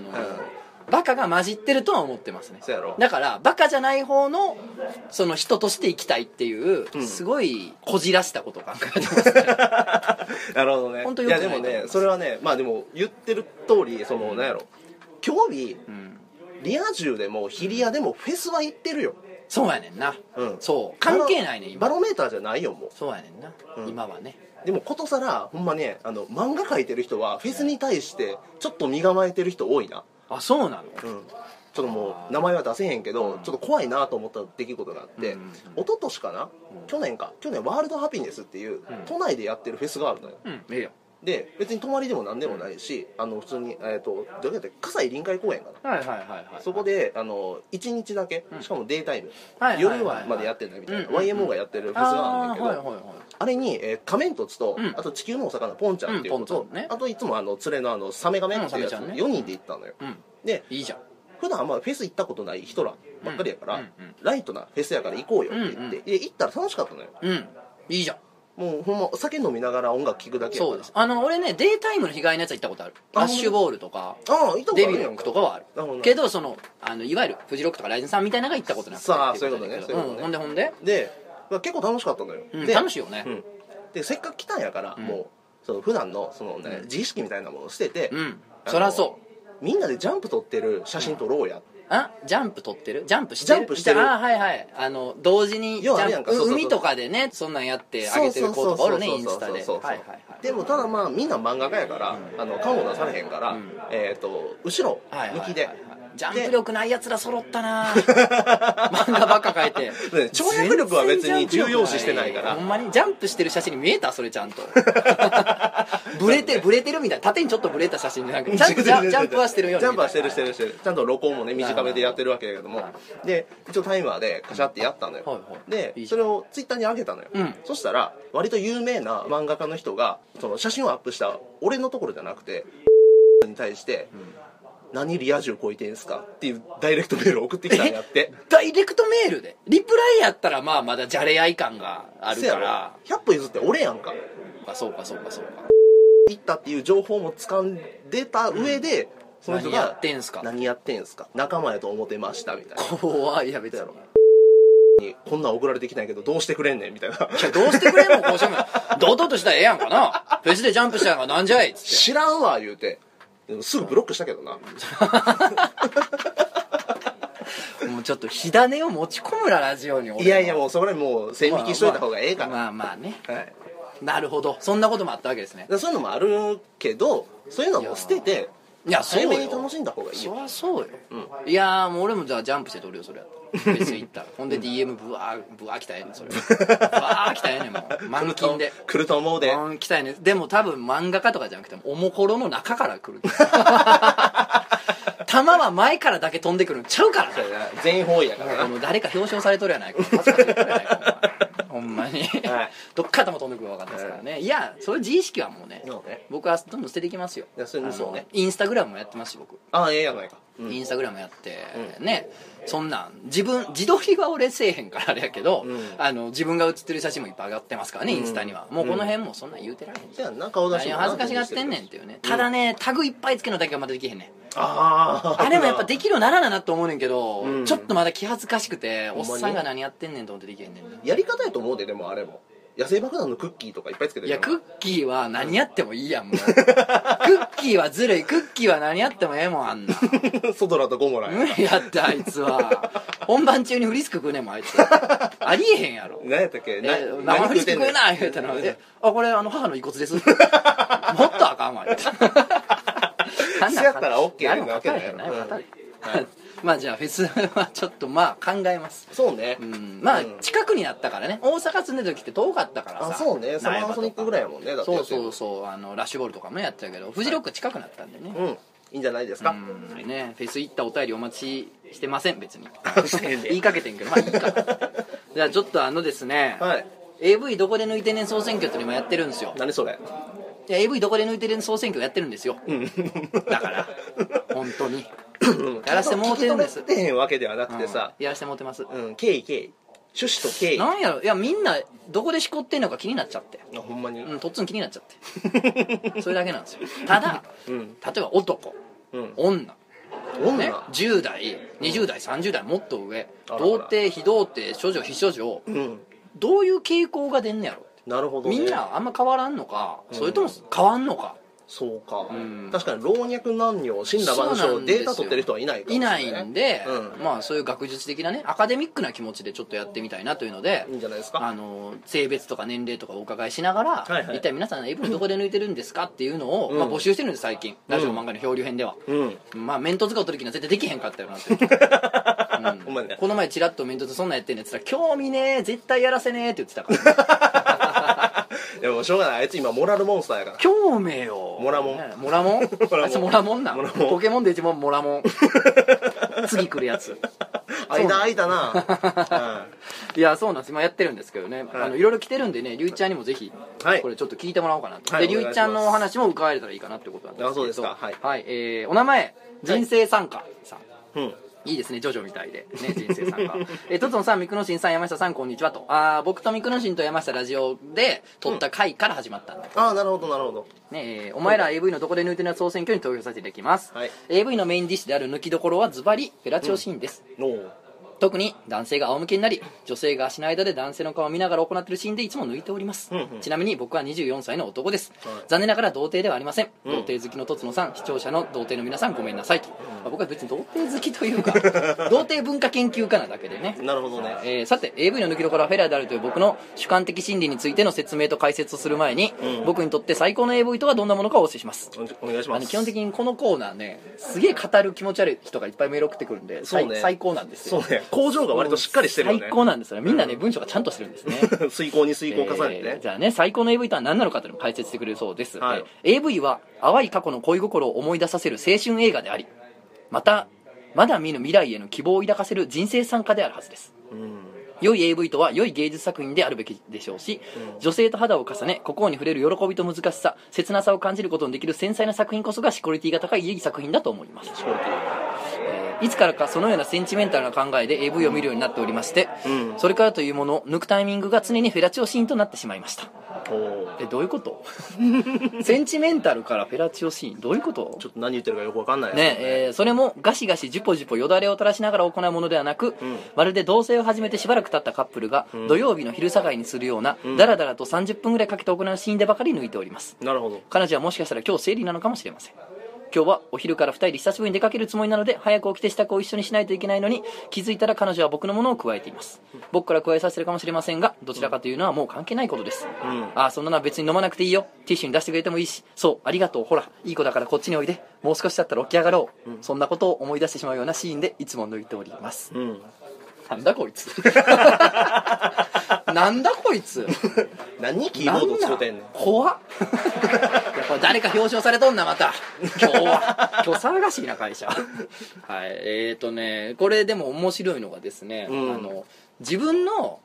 [SPEAKER 2] バカが混じってるとは思ってますね
[SPEAKER 1] そうやろ
[SPEAKER 2] だからバカじゃない方のその人として生きたいっていう、
[SPEAKER 1] ん
[SPEAKER 2] すごいこじらしたことを考えてます
[SPEAKER 1] ー [laughs] なるほどね
[SPEAKER 2] ほんと
[SPEAKER 1] い
[SPEAKER 2] 良く
[SPEAKER 1] や
[SPEAKER 2] ない
[SPEAKER 1] で
[SPEAKER 2] と思
[SPEAKER 1] も
[SPEAKER 2] います
[SPEAKER 1] ねそれはねまあでも言ってる通りそのなんやろ競技
[SPEAKER 2] ん
[SPEAKER 1] リア充でもヒリアでもフェスは行ってるよ
[SPEAKER 2] [laughs] そうやねんな、
[SPEAKER 1] うん
[SPEAKER 2] そう関係ないねん
[SPEAKER 1] バ
[SPEAKER 2] 今
[SPEAKER 1] ロメーターじゃないよもう
[SPEAKER 2] そうやねんな、今はね
[SPEAKER 1] でもことさらほんまねあの漫画描いてる人はフェスに対してちょっと身構えてる人多いな
[SPEAKER 2] あそうなの
[SPEAKER 1] うんちょっともう名前は出せへんけど、ちょっと怖いなと思った出来事があって、
[SPEAKER 2] うん
[SPEAKER 1] 一昨年かな、去年か去年ワールドハピネスっていう、都内でやってるフェスがあるのよ
[SPEAKER 2] うんええよ
[SPEAKER 1] で別に泊まりでも何でもないし、あの普通に、えー、とどこやったっけ葛西臨海公園かな
[SPEAKER 2] はいはいはいはい
[SPEAKER 1] そこであの1日だけしかもデイタイム、
[SPEAKER 2] はいはいはい
[SPEAKER 1] 夜はまでやってんだみたいな、
[SPEAKER 2] うんうんうん
[SPEAKER 1] YMO がやってるフェス
[SPEAKER 2] あ
[SPEAKER 1] があるんだけどあ,、
[SPEAKER 2] ーはいはいはい
[SPEAKER 1] れに、えー、仮面凸と、
[SPEAKER 2] うん
[SPEAKER 1] あと地球のお魚ポンちゃんっていうこと
[SPEAKER 2] うんポンちゃんね
[SPEAKER 1] あといつもあの連れのあのサメガメっていうやつ、
[SPEAKER 2] うんサメちゃんね
[SPEAKER 1] 4人で行ったのよ、
[SPEAKER 2] うん
[SPEAKER 1] で
[SPEAKER 2] いいじゃん
[SPEAKER 1] 普段あんまフェス行ったことない人らばっかりやから、
[SPEAKER 2] うんうんうん
[SPEAKER 1] ライトなフェスやから行こうよって言って、
[SPEAKER 2] うん
[SPEAKER 1] で行ったら楽しかったのよ
[SPEAKER 2] うんいいじゃん
[SPEAKER 1] もうほんまお酒飲みながら音楽聴くだけやか
[SPEAKER 2] そう
[SPEAKER 1] ら
[SPEAKER 2] ですあの俺ねデイタイムの被害のやつは行ったことある
[SPEAKER 1] あ
[SPEAKER 2] アッシュボールとか
[SPEAKER 1] ああ行ったこと
[SPEAKER 2] デ
[SPEAKER 1] あ
[SPEAKER 2] ビ
[SPEAKER 1] る
[SPEAKER 2] ル
[SPEAKER 1] や
[SPEAKER 2] ロ
[SPEAKER 1] ん
[SPEAKER 2] ックとかはあ
[SPEAKER 1] なるほど
[SPEAKER 2] る
[SPEAKER 1] な
[SPEAKER 2] けどそのあのいわゆるフジロックとかライズンさんみたいなのが行ったことなくて
[SPEAKER 1] さあ
[SPEAKER 2] っていことだけ
[SPEAKER 1] そ
[SPEAKER 2] ど
[SPEAKER 1] ういうことねそういうことね
[SPEAKER 2] んほんでほんで
[SPEAKER 1] で、まあ、結構楽しかったのよ、
[SPEAKER 2] うん
[SPEAKER 1] で
[SPEAKER 2] 楽しいよね
[SPEAKER 1] うんでせっかく来たんやから、
[SPEAKER 2] ん
[SPEAKER 1] もうその普段のそのね、
[SPEAKER 2] うん
[SPEAKER 1] 自意識みたいなものを捨てて、
[SPEAKER 2] うんそらそう
[SPEAKER 1] うみんなでジャンプ撮ってる写真撮ろうや、
[SPEAKER 2] あジャンプ撮ってるジャンプしてる
[SPEAKER 1] ジャンプしてる
[SPEAKER 2] あーはいはいあの同時にジ
[SPEAKER 1] 要はあれや
[SPEAKER 2] ャン
[SPEAKER 1] ん
[SPEAKER 2] プ
[SPEAKER 1] かそうそうそう
[SPEAKER 2] 海とかでねそんなんやってあげてる子とかおるねインスタではい
[SPEAKER 1] そうそうそうそうそう
[SPEAKER 2] はいはい
[SPEAKER 1] でもただまあみんな漫画家やから、あの顔も出されへんから、
[SPEAKER 2] ん
[SPEAKER 1] えっ、と後ろ
[SPEAKER 2] はいはい
[SPEAKER 1] 向きで、
[SPEAKER 2] はいはいジャンプ力ないやつら揃ったな
[SPEAKER 1] [laughs]
[SPEAKER 2] 漫画ばっか書いて
[SPEAKER 1] ね跳躍力は別に重要視してないから
[SPEAKER 2] 全然ジャンプ力なほんまにジャンプしてる写真に見えたそれちゃ
[SPEAKER 1] [laughs]
[SPEAKER 2] んとブレてブレてるみたいな縦にちょっとブレた写真じゃなくてちゃんとジャンジャンプはしてるように
[SPEAKER 1] ジャンプはしてるしてるしてるちゃんと録音もね短めでやってるわけだけども
[SPEAKER 2] は
[SPEAKER 1] で一応タイマーでカシャってやったのよ、
[SPEAKER 2] はいはい
[SPEAKER 1] で
[SPEAKER 2] いいじ
[SPEAKER 1] そ
[SPEAKER 2] ゃん
[SPEAKER 1] れをツイッターに上げたのよ、
[SPEAKER 2] うん
[SPEAKER 1] そしたら割と有名な漫画家の人がその写真をアップした俺のところじゃなくてに対して「何リア充超えてんすか?」っていうダイレクトメールを送ってきたんやって
[SPEAKER 2] ダイレクトメールでリプライやったらまあまだじゃれ合い感が [laughs] ある
[SPEAKER 1] せや
[SPEAKER 2] か
[SPEAKER 1] ろ
[SPEAKER 2] ら
[SPEAKER 1] 100歩譲って俺やんか
[SPEAKER 2] あそうかそうかそうか
[SPEAKER 1] 行ったっていう情報も掴んでた上で、その人が
[SPEAKER 2] 何やってんすか
[SPEAKER 1] 何やってんすか仲間やと思ってましたみ
[SPEAKER 2] [laughs]
[SPEAKER 1] たいな
[SPEAKER 2] 怖いや別に
[SPEAKER 1] にこんなん送られてきたんやけどどうしてくれんねんみたいない
[SPEAKER 2] やどうしてくれんのこうしても堂々としたらええやんかなフェスでジャンプしたやんかなんじゃいっつっ
[SPEAKER 1] [laughs] 知らんわ言うてでもすぐブロックしたけどな
[SPEAKER 2] てもうちょっと火種を持ち込むなラジオに俺
[SPEAKER 1] いやいやもうそれもう線引きしといた方がええから、
[SPEAKER 2] まあまあね
[SPEAKER 1] はい、だか
[SPEAKER 2] なるほどそんなこともあったわけですね
[SPEAKER 1] らそういうのもあるけどそういうのはもう捨てて
[SPEAKER 2] いやそ
[SPEAKER 1] 早
[SPEAKER 2] うよ
[SPEAKER 1] めに楽しんだ方がいい
[SPEAKER 2] そ
[SPEAKER 1] よ
[SPEAKER 2] りゃそうよ、いやーもう俺もじゃあジャンプして撮るよそれやったらフェス行
[SPEAKER 1] [laughs]
[SPEAKER 2] ったらほんで DM ブワーブワー来たらええねんそれブワー来たらええねんもう満勤で
[SPEAKER 1] 来ると思うで
[SPEAKER 2] うん来たいねでも多分漫画家とかじゃなくてもおもころの中から
[SPEAKER 1] [laughs]
[SPEAKER 2] 来る弾は前からだけ飛んでくるんちゃうから
[SPEAKER 1] そうやな全員方位やからな
[SPEAKER 2] もう誰か表彰されとるやな
[SPEAKER 1] [laughs]
[SPEAKER 2] いかパスパス言っとるやないかほんまに、
[SPEAKER 1] はい
[SPEAKER 2] どっからも飛んでくるか分かんないですからね、い、やそれ自意識はもうね
[SPEAKER 1] そうね
[SPEAKER 2] 僕はどんどん捨てていきますよ
[SPEAKER 1] いやそれもそうね
[SPEAKER 2] あのインスタグラムもやってますし僕
[SPEAKER 1] ああええやないか、うん
[SPEAKER 2] インスタグラムやって、ねそんなん自分自撮りは俺せえへんからあれやけど、
[SPEAKER 1] ん
[SPEAKER 2] あの自分が写ってる写真もいっぱい上がってますからね、インスタにはもうこの辺もそんなん言うてられへん
[SPEAKER 1] せやんな顔出し
[SPEAKER 2] 何
[SPEAKER 1] も
[SPEAKER 2] を
[SPEAKER 1] な
[SPEAKER 2] 恥ずかしがってんねんっていうね、ただねタグいっぱいつけるのだけはまだできへんねん
[SPEAKER 1] ああ
[SPEAKER 2] あれもやっぱできるようにならななと思うねんけど、
[SPEAKER 1] うん
[SPEAKER 2] ちょっとまだ気恥ずかしくてお
[SPEAKER 1] んまに
[SPEAKER 2] っさんが何やってんねんと思ってできへんねんない
[SPEAKER 1] やり方やと思うででもあれも野生爆弾のクッキーとかいっぱいつけてる
[SPEAKER 2] や
[SPEAKER 1] ん
[SPEAKER 2] クッキーは何やってもいい
[SPEAKER 1] [laughs]
[SPEAKER 2] やんもうクッキーはずるいクッキーは何やってもええもんあ
[SPEAKER 1] [laughs]
[SPEAKER 2] んな
[SPEAKER 1] ソドラとゴモラや
[SPEAKER 2] 無理やってあいつは本番中にフリスク食うねんもんあ
[SPEAKER 1] [laughs]
[SPEAKER 2] いつありえへんやろ
[SPEAKER 1] 何やったっけな
[SPEAKER 2] えー生フリスク食うな言うたら「えあこれあの母の遺骨です」 [laughs] もっとあかんわ言
[SPEAKER 1] [laughs]
[SPEAKER 2] うてあんなん
[SPEAKER 1] せやったら OK
[SPEAKER 2] 誰も語れへ
[SPEAKER 1] なんわけな
[SPEAKER 2] な
[SPEAKER 1] い
[SPEAKER 2] い
[SPEAKER 1] よ
[SPEAKER 2] 語れへん [laughs] まあじゃあフェスはちょっとまあ考えます
[SPEAKER 1] そうね、
[SPEAKER 2] うんまあ
[SPEAKER 1] うん
[SPEAKER 2] 近くになったからね大阪住んでる時って遠かったからさ
[SPEAKER 1] あそうねサマーソニックぐらいやもんねだって
[SPEAKER 2] そう
[SPEAKER 1] やってる
[SPEAKER 2] そうそうあのラッシュボールとかもやってたけどフジロック近くなったんでね、
[SPEAKER 1] うんいいんじゃないですか、
[SPEAKER 2] うんねフェス行ったお便りお待ちしてません別に
[SPEAKER 1] [laughs] してんね
[SPEAKER 2] 言いかけてんけどまあいい
[SPEAKER 1] [laughs]
[SPEAKER 2] かじゃあちょっとあのですね、
[SPEAKER 1] はい
[SPEAKER 2] AV どこで抜いてねん総選挙っていうの今やってるんですよ
[SPEAKER 1] 何それ
[SPEAKER 2] いや AV どこで抜いてねん総選挙やってるんですよ
[SPEAKER 1] うん
[SPEAKER 2] だから本当にやらせてもうてるんです
[SPEAKER 1] 聞き取れてへんわけではなくてさ
[SPEAKER 2] うんやらせてもうてます
[SPEAKER 1] うん経緯経緯趣旨と経緯
[SPEAKER 2] なんやろいやみんなどこでしこってんのか気になっちゃって
[SPEAKER 1] あほんまに
[SPEAKER 2] うん、とっつん気になっちゃって。それだけなんですよ。ただ、
[SPEAKER 1] うん
[SPEAKER 2] 例えば男、
[SPEAKER 1] うん
[SPEAKER 2] 女、
[SPEAKER 1] 女
[SPEAKER 2] ね、10代、20代、30代、もっと上、
[SPEAKER 1] あら
[SPEAKER 2] 童貞、非童貞、処女、非処女、
[SPEAKER 1] うん
[SPEAKER 2] どういう傾向が出んねやろって
[SPEAKER 1] なるほどね
[SPEAKER 2] みんなあんま変わらんのか、それとも変わんのか、
[SPEAKER 1] そうか、
[SPEAKER 2] ん
[SPEAKER 1] 確かに老若男女死んだ万
[SPEAKER 2] そう
[SPEAKER 1] 象
[SPEAKER 2] なんですよ
[SPEAKER 1] データ取ってる人はいないかも
[SPEAKER 2] い
[SPEAKER 1] しれ
[SPEAKER 2] な
[SPEAKER 1] ない
[SPEAKER 2] いんで、
[SPEAKER 1] う
[SPEAKER 2] まあそういう学術的なねアカデミックな気持ちでちょっとやってみたいなというので
[SPEAKER 1] いいんじゃないですか
[SPEAKER 2] あの性別とか年齢とかお伺いしながら、
[SPEAKER 1] はいはい
[SPEAKER 2] 一体皆さんエブリどこで抜いてるんですかっていうのを、まあ、募集してるんです最近ラジオ漫画の漂流編では、
[SPEAKER 1] うん
[SPEAKER 2] まあ面とつが取る気には絶対できへんかったよなって
[SPEAKER 1] [laughs]
[SPEAKER 2] うん
[SPEAKER 1] ほんまにね
[SPEAKER 2] この前チラッと面とつそんなんやってんねって言ったら興味ねえ絶対やらせねえって言っ
[SPEAKER 1] [laughs]
[SPEAKER 2] てたから
[SPEAKER 1] でもしょうがないあいつ今モラルモンスターやから
[SPEAKER 2] 興味よ
[SPEAKER 1] モラモン
[SPEAKER 2] ねモラモン
[SPEAKER 1] モラモン
[SPEAKER 2] あいつモラモンな
[SPEAKER 1] モラモン
[SPEAKER 2] ポケモンで一番モ
[SPEAKER 1] [laughs]
[SPEAKER 2] ラモン次来るやつそう
[SPEAKER 1] 間空いたな、
[SPEAKER 2] [laughs]
[SPEAKER 1] う
[SPEAKER 2] いやそうなんです今やってるんですけどね、
[SPEAKER 1] はい
[SPEAKER 2] あのいろいろ来てるんでねりゅうちゃんにもぜひ、
[SPEAKER 1] はい
[SPEAKER 2] これちょっと聞いてもらおうかなと、
[SPEAKER 1] はい
[SPEAKER 2] で
[SPEAKER 1] お
[SPEAKER 2] り
[SPEAKER 1] 願いし
[SPEAKER 2] ゅ
[SPEAKER 1] ます
[SPEAKER 2] うちゃんのお話も伺えれたらいいかなってことなんですけど
[SPEAKER 1] あそうですかはい
[SPEAKER 2] えーお名前人生参加さん、
[SPEAKER 1] んうん
[SPEAKER 2] いいですね、ジョジョみたいで、
[SPEAKER 1] [laughs]
[SPEAKER 2] ね、人生さんが。えー、トツノさん、ミクノシンさん、山下さん、こんにちはと。あー僕とミクノシンと山下ラジオで撮った回から始まったんだ。
[SPEAKER 1] ああなるほどなるほど
[SPEAKER 2] ねえーお前ら AV のどこで抜いてるやつ総選挙に投票させていただきます。
[SPEAKER 1] はい
[SPEAKER 2] AV のメインディッシュである抜きどころはズバリ、フェラチオシーンです。
[SPEAKER 1] おう
[SPEAKER 2] 特に男性が仰向けになり女性が足の間で男性の顔を見ながら行っているシーンでいつも抜いております、
[SPEAKER 1] うんうん
[SPEAKER 2] ちなみに僕は24歳の男です、
[SPEAKER 1] はい
[SPEAKER 2] 残念ながら童貞ではありません、
[SPEAKER 1] うん
[SPEAKER 2] 童貞好きのとつのさん視聴者の童貞の皆さんごめんなさいと、まあ僕は別に童貞好き
[SPEAKER 1] [laughs]
[SPEAKER 2] というか童貞文化研究家なだけでね
[SPEAKER 1] なるほどね
[SPEAKER 2] えーさて AV の抜きどころはフェラーであるという僕の主観的心理についての説明と解説をする前に、
[SPEAKER 1] うん
[SPEAKER 2] 僕にとって最高の AV とはどんなものかをお教えします
[SPEAKER 1] おお願いし
[SPEAKER 2] あ
[SPEAKER 1] ま
[SPEAKER 2] の
[SPEAKER 1] す
[SPEAKER 2] 基本的にこのコーナーねすげえ語る気持ち悪い人がいっぱいメール送ってくるんで、
[SPEAKER 1] そうね
[SPEAKER 2] 最最高なんです
[SPEAKER 1] そ
[SPEAKER 2] よ
[SPEAKER 1] うね工場が割としっかりしてるよね
[SPEAKER 2] 最高なんですよねみんなね、文章がちゃんとしてるんです
[SPEAKER 1] [laughs]
[SPEAKER 2] ね
[SPEAKER 1] 遂行に遂行を重ねて
[SPEAKER 2] えー
[SPEAKER 1] ね、
[SPEAKER 2] じゃあね最高の AV とは何なのかというのを解説してくれるそうです、
[SPEAKER 1] はい
[SPEAKER 2] えー AV は淡い過去の恋心を思い出させる青春映画でありまたまだ見ぬ未来への希望を抱かせる人生参加であるはずです
[SPEAKER 1] うん
[SPEAKER 2] 良い AV とは良い芸術作品であるべきでしょうし、女性と肌を重ね心に触れる喜びと難しさ切なさを感じることのできる繊細な作品こそがシクオリティが高い良い作品だと思います
[SPEAKER 1] そうか
[SPEAKER 2] えーいつからかそのようなセンチメンタルな考えで AV を見るようになっておりまして、
[SPEAKER 1] うん
[SPEAKER 2] それからというもの抜くタイミングが常にフェラチオシーンとなってしまいました
[SPEAKER 1] おう
[SPEAKER 2] えどういうこと
[SPEAKER 1] [laughs]
[SPEAKER 2] センチメンタルからフェラチオシーンどういうこと
[SPEAKER 1] ちょっと何言ってるかよくわかんない
[SPEAKER 2] ねえーそれもガシガシジュポジュポよだれを垂らしながら行うものではなく、
[SPEAKER 1] ん
[SPEAKER 2] まるで同棲を始めてしばらく経ったカップルが
[SPEAKER 1] ん
[SPEAKER 2] 土曜日の昼下がりにするような、だらだらと30分ぐらいかけて行うシーンでばかり抜いております
[SPEAKER 1] なるほど
[SPEAKER 2] 彼女はもしかしたら今日生理なのかもしれません今日はお昼から2人で久しぶりに出かけるつもりなので早く起きて支度を一緒にしないといけないのに気づいたら彼女は僕のものを加えています僕から加えさせてるかもしれませんがどちらかというのはもう関係ないことです、
[SPEAKER 1] ん
[SPEAKER 2] ああそんなのは別に飲まなくていいよティッシュに出してくれてもいいしそうありがとうほらいい子だからこっちにおいでもう少しだったら起き上がろう、そんなことを思い出してしまうようなシーンでいつも抜いております
[SPEAKER 1] うん
[SPEAKER 2] なんだこいつ [laughs] なんだこいつ
[SPEAKER 1] 何キーボード使うてんねん
[SPEAKER 2] 怖っ [laughs] やっぱ誰か表彰されとんなまた今日
[SPEAKER 1] [laughs]
[SPEAKER 2] は今日騒がしいな会社はいえーとねこれでも面白いのがですね、
[SPEAKER 1] うん
[SPEAKER 2] あの自分の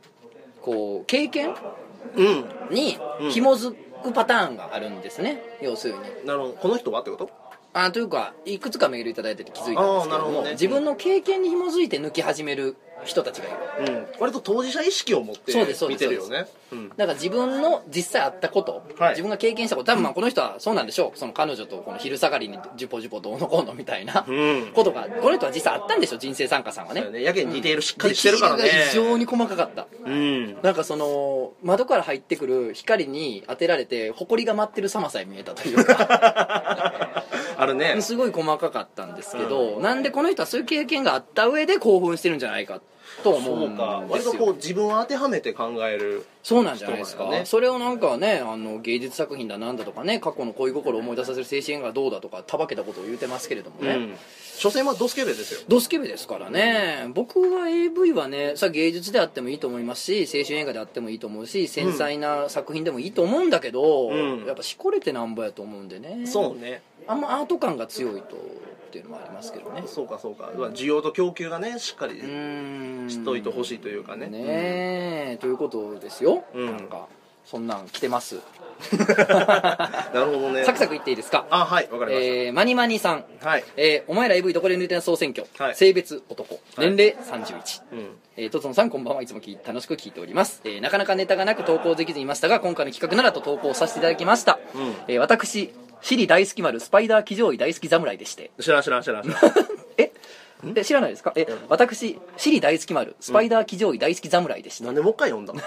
[SPEAKER 2] こう経験
[SPEAKER 1] うん
[SPEAKER 2] に
[SPEAKER 1] うん
[SPEAKER 2] 紐づくパターンがあるんですね、要するに
[SPEAKER 1] なるほどこの人はってこと
[SPEAKER 2] あというかいくつかメールいただいてて気づいたんですけど
[SPEAKER 1] あーなる
[SPEAKER 2] も
[SPEAKER 1] ほどね
[SPEAKER 2] 自分の経験に紐づいて抜き始める人たちがいる
[SPEAKER 1] うん割と当事者意識を持って
[SPEAKER 2] そうですそうで
[SPEAKER 1] 見
[SPEAKER 2] す
[SPEAKER 1] てるよねうん
[SPEAKER 2] だから自分の実際あったこと、
[SPEAKER 1] はい
[SPEAKER 2] 自分が経験したこと多分まあこの人はそうなんでしょうその彼女とこの昼下がりにジュポジュポどうのこうのみたいな
[SPEAKER 1] うん
[SPEAKER 2] ことがこの人は実際あったんでしょ人生参加さんは
[SPEAKER 1] だ
[SPEAKER 2] ね
[SPEAKER 1] よねやけにディテールしっかりしてるからね
[SPEAKER 2] ディテールが非常に細かかった
[SPEAKER 1] うん
[SPEAKER 2] なんかその窓から入ってくる光に当てられて埃が舞ってる様さえ見えたとい
[SPEAKER 1] [laughs]
[SPEAKER 2] うか
[SPEAKER 1] あるね
[SPEAKER 2] すごい細かかったんですけど、なんでこの人はそういう経験があった上で興奮してるんじゃないかと思う
[SPEAKER 1] そうんか
[SPEAKER 2] で
[SPEAKER 1] 割
[SPEAKER 2] すよ
[SPEAKER 1] とこう自分を当てはめて考える
[SPEAKER 2] そうなんじゃないですか、
[SPEAKER 1] 人がね
[SPEAKER 2] それをなんかねあの芸術作品だなんだとかね過去の恋心を思い出させる精神がどうだとかたばけたことを言うてますけれどもね、
[SPEAKER 1] うん所詮はドスケベですよ
[SPEAKER 2] ドスケベですからね、僕は AV はねさ芸術であってもいいと思いますし青春映画であってもいいと思うし繊細な作品でもいいと思うんだけど、
[SPEAKER 1] うん
[SPEAKER 2] やっぱしこれてなんぼやと思うんでね
[SPEAKER 1] そうね
[SPEAKER 2] あんまアート感が強いとっていうのもありますけどね
[SPEAKER 1] そうかそうかまあ需要と供給がねしっかり
[SPEAKER 2] うーん
[SPEAKER 1] しといてほしいというかね
[SPEAKER 2] ねえ、ということですよ、
[SPEAKER 1] うん
[SPEAKER 2] なんかそんなん来
[SPEAKER 1] [laughs]
[SPEAKER 2] てます
[SPEAKER 1] なるほどね
[SPEAKER 2] サクサクいっていいですか
[SPEAKER 1] あはいわかりまし
[SPEAKER 2] えーマニマニさん、
[SPEAKER 1] たはい
[SPEAKER 2] えーお前ら AV どこで抜いてんの総選挙、
[SPEAKER 1] はい
[SPEAKER 2] 性別男
[SPEAKER 1] はい
[SPEAKER 2] 年齢31、
[SPEAKER 1] うん
[SPEAKER 2] えー、とつのさんこんばんはいつも聞い楽しく聞いております、えーなかなかネタがなく投稿できずにいましたが今回の企画ならと投稿させていただきました、
[SPEAKER 1] ん
[SPEAKER 2] えー私シリ大好き丸スパイダー騎乗位大好き侍でして
[SPEAKER 1] 知らん知らん知らん
[SPEAKER 2] [laughs]
[SPEAKER 1] 知らん
[SPEAKER 2] ええ知らないですかえ私シリ大好き丸スパイダー騎乗位大好き侍でした、
[SPEAKER 1] なんでもう一回読んだの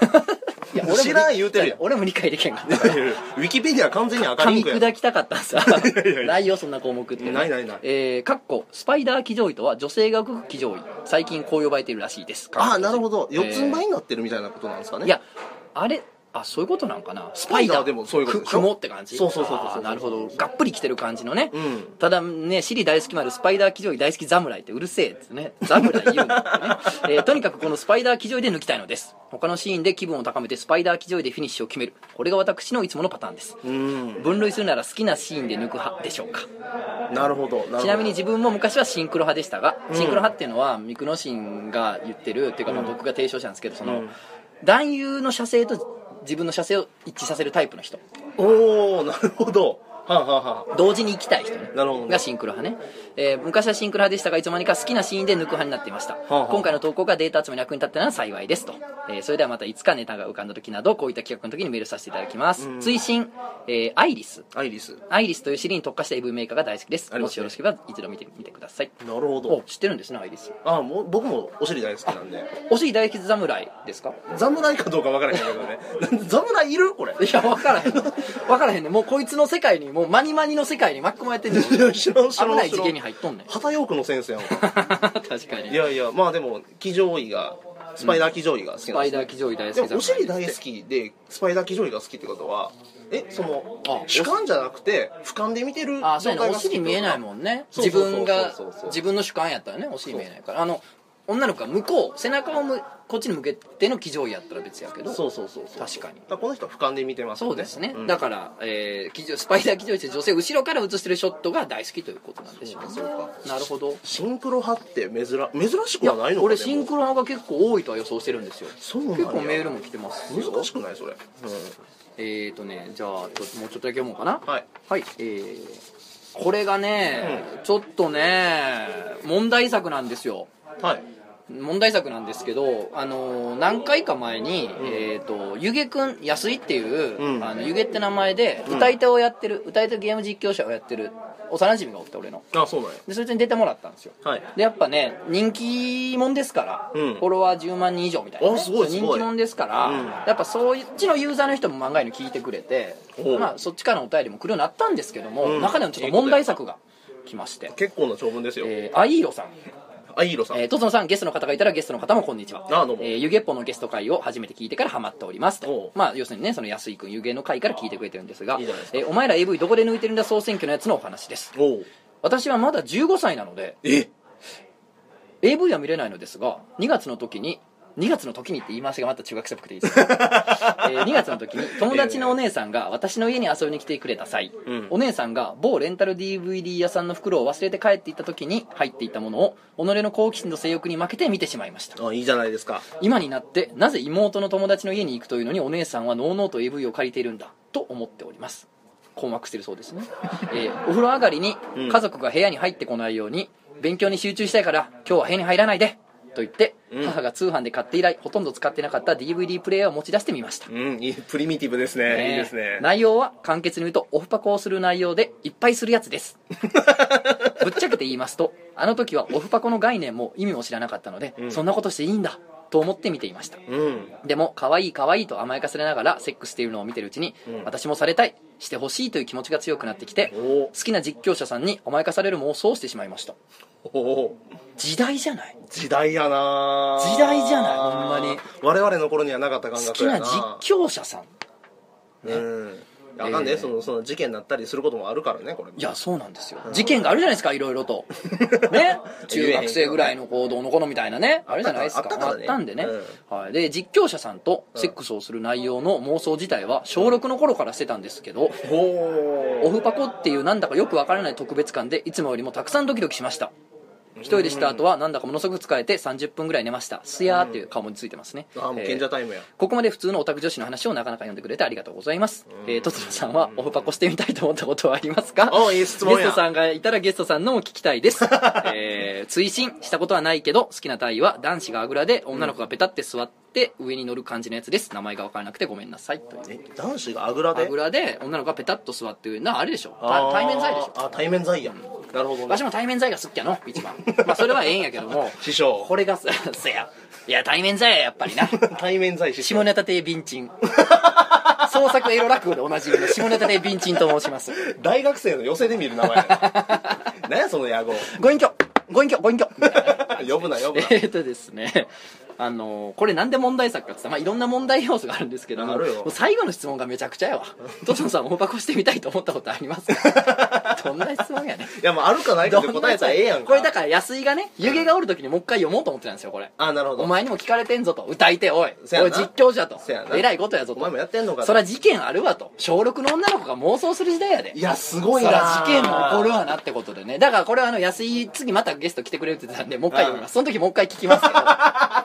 [SPEAKER 2] いや俺も理
[SPEAKER 1] 知らん言うてるやん
[SPEAKER 2] 俺も理解できへんかっ
[SPEAKER 1] [laughs]
[SPEAKER 2] た
[SPEAKER 1] いやいやウィキペディア完全に赤
[SPEAKER 2] 噛
[SPEAKER 1] リン
[SPEAKER 2] み
[SPEAKER 1] クや
[SPEAKER 2] 砕きたかったさ
[SPEAKER 1] [laughs] やいや
[SPEAKER 2] ないよそんな項目って
[SPEAKER 1] ないないない
[SPEAKER 2] えー、かっこスパイダー騎乗位とは女性が動く騎乗位最近こう呼ばれてるらしいです
[SPEAKER 1] ああなるほど四つん這い
[SPEAKER 2] い
[SPEAKER 1] になってるみたいなことなんですかね
[SPEAKER 2] いやあれあそういうことなんかなス
[SPEAKER 1] パイダーでもそういうことでしょ
[SPEAKER 2] 雲って感じ
[SPEAKER 1] そうそうそうそう
[SPEAKER 2] あーなるほどがっぷり来てる感じのね、
[SPEAKER 1] うん
[SPEAKER 2] ただねシリ大好きまでスパイダー騎乗位大好き侍ってうるせえってね侍言うんだよね、
[SPEAKER 1] [laughs]
[SPEAKER 2] えーとにかくこのスパイダー騎乗位で抜きたいのです他のシーンで気分を高めてスパイダー騎乗位でフィニッシュを決めるこれが私のいつものパターンです
[SPEAKER 1] うん
[SPEAKER 2] 分類するなら好きなシーンで抜く派でしょうか
[SPEAKER 1] なるほどるほど
[SPEAKER 2] ちなみに自分も昔はシンクロ派でしたが、シンクロ派っていうのはミクノシンが言ってるっていうかまあ僕が提唱したんですけどその、男優の射精と自分の射精を一致させるタイプの人
[SPEAKER 1] おおなるほどはあ、はあはあ、
[SPEAKER 2] 同時に行きたい人ね
[SPEAKER 1] なるほどね
[SPEAKER 2] がシンクロ派ね、えー昔はシンクロ派でしたがいつの間にか好きなシーンで抜く派になっていました、
[SPEAKER 1] あはあ
[SPEAKER 2] 今回の投稿がデータ集めに役に立ったのは幸いですと、えーそれではまたいつかネタが浮かんだ時などこういった企画の時にメールさせていただきます、追伸、えーアイリス
[SPEAKER 1] アイリス
[SPEAKER 2] アイリスというシリに特化した AV メーカーが大好きです
[SPEAKER 1] あり
[SPEAKER 2] も
[SPEAKER 1] ます
[SPEAKER 2] し
[SPEAKER 1] ね
[SPEAKER 2] よろしければ一度見てみてください
[SPEAKER 1] なるほ
[SPEAKER 2] お
[SPEAKER 1] ど
[SPEAKER 2] 知ってるんですねアイリス
[SPEAKER 1] ああもう僕もお尻大好きなんで
[SPEAKER 2] お尻大吉侍ですか
[SPEAKER 1] 侍かどうかわからへんけどね [laughs] なん侍いるこれ
[SPEAKER 2] いや分からへん分からへんねもうこいつの世界にもうマニマニの世界に巻き込まれて
[SPEAKER 1] [laughs]
[SPEAKER 2] んねん
[SPEAKER 1] 知らん知らん知
[SPEAKER 2] 危
[SPEAKER 1] らん
[SPEAKER 2] ない事件に入っとんねん
[SPEAKER 1] 旗ヨークの先生やん
[SPEAKER 2] 確か
[SPEAKER 1] い
[SPEAKER 2] に
[SPEAKER 1] やいやまあでも騎乗位がスパイダー騎乗位が好き
[SPEAKER 2] ス
[SPEAKER 1] なん
[SPEAKER 2] パ
[SPEAKER 1] で
[SPEAKER 2] イ
[SPEAKER 1] す、
[SPEAKER 2] ダ
[SPEAKER 1] ね
[SPEAKER 2] ー騎乗位大好き
[SPEAKER 1] でも
[SPEAKER 2] 侍
[SPEAKER 1] お尻大好きでスパイダー騎乗位が好きってことはえその
[SPEAKER 2] あ
[SPEAKER 1] 主観じゃなくて俯瞰で見てる状
[SPEAKER 2] あそう
[SPEAKER 1] 態
[SPEAKER 2] やね
[SPEAKER 1] が
[SPEAKER 2] お
[SPEAKER 1] 好きってこ
[SPEAKER 2] 尻
[SPEAKER 1] と
[SPEAKER 2] 見えない
[SPEAKER 1] ん
[SPEAKER 2] もんね
[SPEAKER 1] そう
[SPEAKER 2] 自
[SPEAKER 1] そうそう
[SPEAKER 2] 分が
[SPEAKER 1] そうそうそう
[SPEAKER 2] 自分の主観やったらねお尻見えないからあの女の子は向こう背中をむこっちに向けての騎乗位やったら別やけど
[SPEAKER 1] そうそうそうそう
[SPEAKER 2] 確かに
[SPEAKER 1] だらこの人は俯瞰で見てますよ
[SPEAKER 2] そうですね、
[SPEAKER 1] ん
[SPEAKER 2] だから、えー騎乗、スパイダー騎乗位して女性を後ろから映してるショットが大好きということなんでしょうねなるほど
[SPEAKER 1] シンクロ派って珍珍し
[SPEAKER 2] い
[SPEAKER 1] く
[SPEAKER 2] や
[SPEAKER 1] はないのかね
[SPEAKER 2] 俺シン
[SPEAKER 1] ロ
[SPEAKER 2] クロ派が結構多いとは予想してるんですよ
[SPEAKER 1] そうなんや
[SPEAKER 2] 結構メールも来てますよ
[SPEAKER 1] 難しくないそれ、
[SPEAKER 2] えーとねじゃあちょっともうちょっとだけ読もうかな
[SPEAKER 1] はい、
[SPEAKER 2] えーこれがね、ちょっとね問題作なんですよ
[SPEAKER 1] はい
[SPEAKER 2] 問題作なんですけど、あのー何回か前に、えー、とゆげくん安井っていう、
[SPEAKER 1] うん
[SPEAKER 2] あのゆげって名前で歌い手をやってる、歌い手ゲーム実況者をやってる幼馴染がおって俺の
[SPEAKER 1] あそうなんや
[SPEAKER 2] でそいつに出てもらったんですよ
[SPEAKER 1] はい
[SPEAKER 2] でやっぱね人気者ですから、
[SPEAKER 1] うん
[SPEAKER 2] フォロワー10万人以上みたいなね、
[SPEAKER 1] あすごい
[SPEAKER 2] そう
[SPEAKER 1] す
[SPEAKER 2] 人
[SPEAKER 1] ごい
[SPEAKER 2] 気者ですから、
[SPEAKER 1] うん
[SPEAKER 2] やっぱそういううちのユーザーの人も漫画に聞いてくれて
[SPEAKER 1] おう
[SPEAKER 2] まあ、そっちからのお便りも来るようになったんですけども、
[SPEAKER 1] うん
[SPEAKER 2] 中でもちょっと問題作が来まして
[SPEAKER 1] 結構な長文ですよ、
[SPEAKER 2] えー、アイーロさん
[SPEAKER 1] あいいろさん、
[SPEAKER 2] えー、とつのさんゲストの方がいたらゲストの方もこんにちは
[SPEAKER 1] あどうも
[SPEAKER 2] えー湯気っぽのゲスト会を初めて聞いてからハマっております
[SPEAKER 1] おう
[SPEAKER 2] とまあ要するにねその安井君湯気の会から聞いてくれてるんですが
[SPEAKER 1] いいじゃないですか
[SPEAKER 2] えーお前ら AV どこで抜いてるんだ総選挙のやつのお話です
[SPEAKER 1] おう
[SPEAKER 2] 私はまだ15歳なので
[SPEAKER 1] え
[SPEAKER 2] AV は見れないのですが2月の時に2月の時にって言い回しがまた中学生っぽくていいで
[SPEAKER 1] [laughs]
[SPEAKER 2] すね、えー2月の時に友達のお姉さんが私の家に遊びに来てくれた際、
[SPEAKER 1] うん
[SPEAKER 2] お姉さんが某レンタル DVD 屋さんの袋を忘れて帰っていった時に入っていたものを己の好奇心と性欲に負けて見てしまいました
[SPEAKER 1] あいいじゃないですか
[SPEAKER 2] 今になってなぜ妹の友達の家に行くというのにお姉さんはノーノーと AV を借りているんだと思っております困惑してるそうですね、えーお風呂上がりに
[SPEAKER 1] うん
[SPEAKER 2] 家族が部屋に入ってこないように、勉強に集中したいから今日は部屋に入らないでと言って、
[SPEAKER 1] うん
[SPEAKER 2] 母が通販で買って以来ほとんど使ってなかった DVD プレイヤーを持ち出してみました
[SPEAKER 1] うんいいプリミティブですねいいですね
[SPEAKER 2] 内容は簡潔に言うとオフパコをする内容でいっぱいするやつです
[SPEAKER 1] [laughs]
[SPEAKER 2] ぶっちゃけて言いますとあの時はオフパコの概念も意味も知らなかったので、
[SPEAKER 1] ん
[SPEAKER 2] そんなことしていいんだと思って見ていました
[SPEAKER 1] うん
[SPEAKER 2] でも可愛い可愛いと甘やかされながらセックスしているのを見てるうちに、
[SPEAKER 1] うん
[SPEAKER 2] 私もされたいしてほしいという気持ちが強くなってきて
[SPEAKER 1] お
[SPEAKER 2] 好きな実況者さんに甘やかされる妄想をしてしまいました
[SPEAKER 1] お
[SPEAKER 2] 時代じゃない
[SPEAKER 1] 時代やな
[SPEAKER 2] 時代じゃないほんまに
[SPEAKER 1] 我々の頃にはなかった感
[SPEAKER 2] 好
[SPEAKER 1] 覚
[SPEAKER 2] き
[SPEAKER 1] や
[SPEAKER 2] な
[SPEAKER 1] な
[SPEAKER 2] 実況者さん
[SPEAKER 1] うんあかんね、
[SPEAKER 2] えー
[SPEAKER 1] そのその事件になったりすることもあるからねこれ
[SPEAKER 2] いやそうなんですよ事件があるじゃないですかいろい
[SPEAKER 1] [laughs]
[SPEAKER 2] ろとね中学生ぐらいの子どうの子のみたいなねあれじゃないですか
[SPEAKER 1] あったからね
[SPEAKER 2] あったんでね、
[SPEAKER 1] う
[SPEAKER 2] はい、で実況者さんとセックスをする内容の妄想自体は小6の頃からしてたんですけど、
[SPEAKER 1] お
[SPEAKER 2] オ
[SPEAKER 1] お
[SPEAKER 2] フパコっていうなんだかよくわからない特別感でいつもよりもたくさんドキドキしました一人でした後はなんだかものすごく疲れて30分ぐらい寝ましたすやーっていう顔もついてますね、
[SPEAKER 1] あもう賢者タイムや、
[SPEAKER 2] ここまで普通のオタク女子の話をなかなか読んでくれてありがとうございます。えー、とつのさんはオフパコしてみたいと思ったことはありますか
[SPEAKER 1] おいい質問や
[SPEAKER 2] ゲストさんがいたらゲストさんのも聞きた
[SPEAKER 1] [laughs]
[SPEAKER 2] いです。えー、追伸したことはないけど、好きな体位は男子があぐらで女の子がペタって座って上に乗る感じのやつです。名前がわからなくてごめんなさい。とい
[SPEAKER 1] え
[SPEAKER 2] う
[SPEAKER 1] 男子があぐら
[SPEAKER 2] あ
[SPEAKER 1] で
[SPEAKER 2] ぐらで女の子がペタッと座ってるなあれでしょ
[SPEAKER 1] あ
[SPEAKER 2] た
[SPEAKER 1] ー
[SPEAKER 2] 対面剤でしょ
[SPEAKER 1] あ対面剤や、なるほどね
[SPEAKER 2] わしも対面罪が好きやの
[SPEAKER 1] [laughs]
[SPEAKER 2] 一番まあそれはええんやけども
[SPEAKER 1] 師匠
[SPEAKER 2] これが [laughs] さそやいや対面罪ややっぱりな
[SPEAKER 1] 対面在師匠
[SPEAKER 2] 下ネタ亭ビンチン創作エロ落語でおなじみの下ネタ亭ビンチンと申します
[SPEAKER 1] 大学生の寄せで見る名前
[SPEAKER 2] [laughs]
[SPEAKER 1] やな何やその野郎
[SPEAKER 2] ご隠居ご隠居ご隠居みたいな
[SPEAKER 1] [laughs] 呼ぶな呼ぶ
[SPEAKER 2] え
[SPEAKER 1] な
[SPEAKER 2] ーとですねあのこれなんで問題作かって言ったら、まあ、いろんな問題要素があるんですけども
[SPEAKER 1] あるよ
[SPEAKER 2] もう最後の質問がめちゃくちゃやわトトさん大箱してみたいと思ったことあります
[SPEAKER 1] [laughs]
[SPEAKER 2] かどんな質問やねん
[SPEAKER 1] いやもうあるかないかで答えたらええやんか
[SPEAKER 2] これだから安井がね湯気がおる時にもう一回読もうと思ってたんですよこれ
[SPEAKER 1] あなるほど
[SPEAKER 2] お前にも聞かれてんぞと歌い手おい
[SPEAKER 1] せやな
[SPEAKER 2] おい実況じゃと
[SPEAKER 1] せやな
[SPEAKER 2] えらいことやぞ
[SPEAKER 1] お
[SPEAKER 2] と
[SPEAKER 1] 前もやってんのか
[SPEAKER 2] そら事件あるわと小6の女の子が妄想する時代やで
[SPEAKER 1] いやすごい
[SPEAKER 2] そ
[SPEAKER 1] な
[SPEAKER 2] ら事件も起こるわなってことでねだからこれはあの安井次またゲスト来てくれるって言ってたんでもう一回読みますその時もう一回聞き
[SPEAKER 1] [laughs]
[SPEAKER 2] ますけど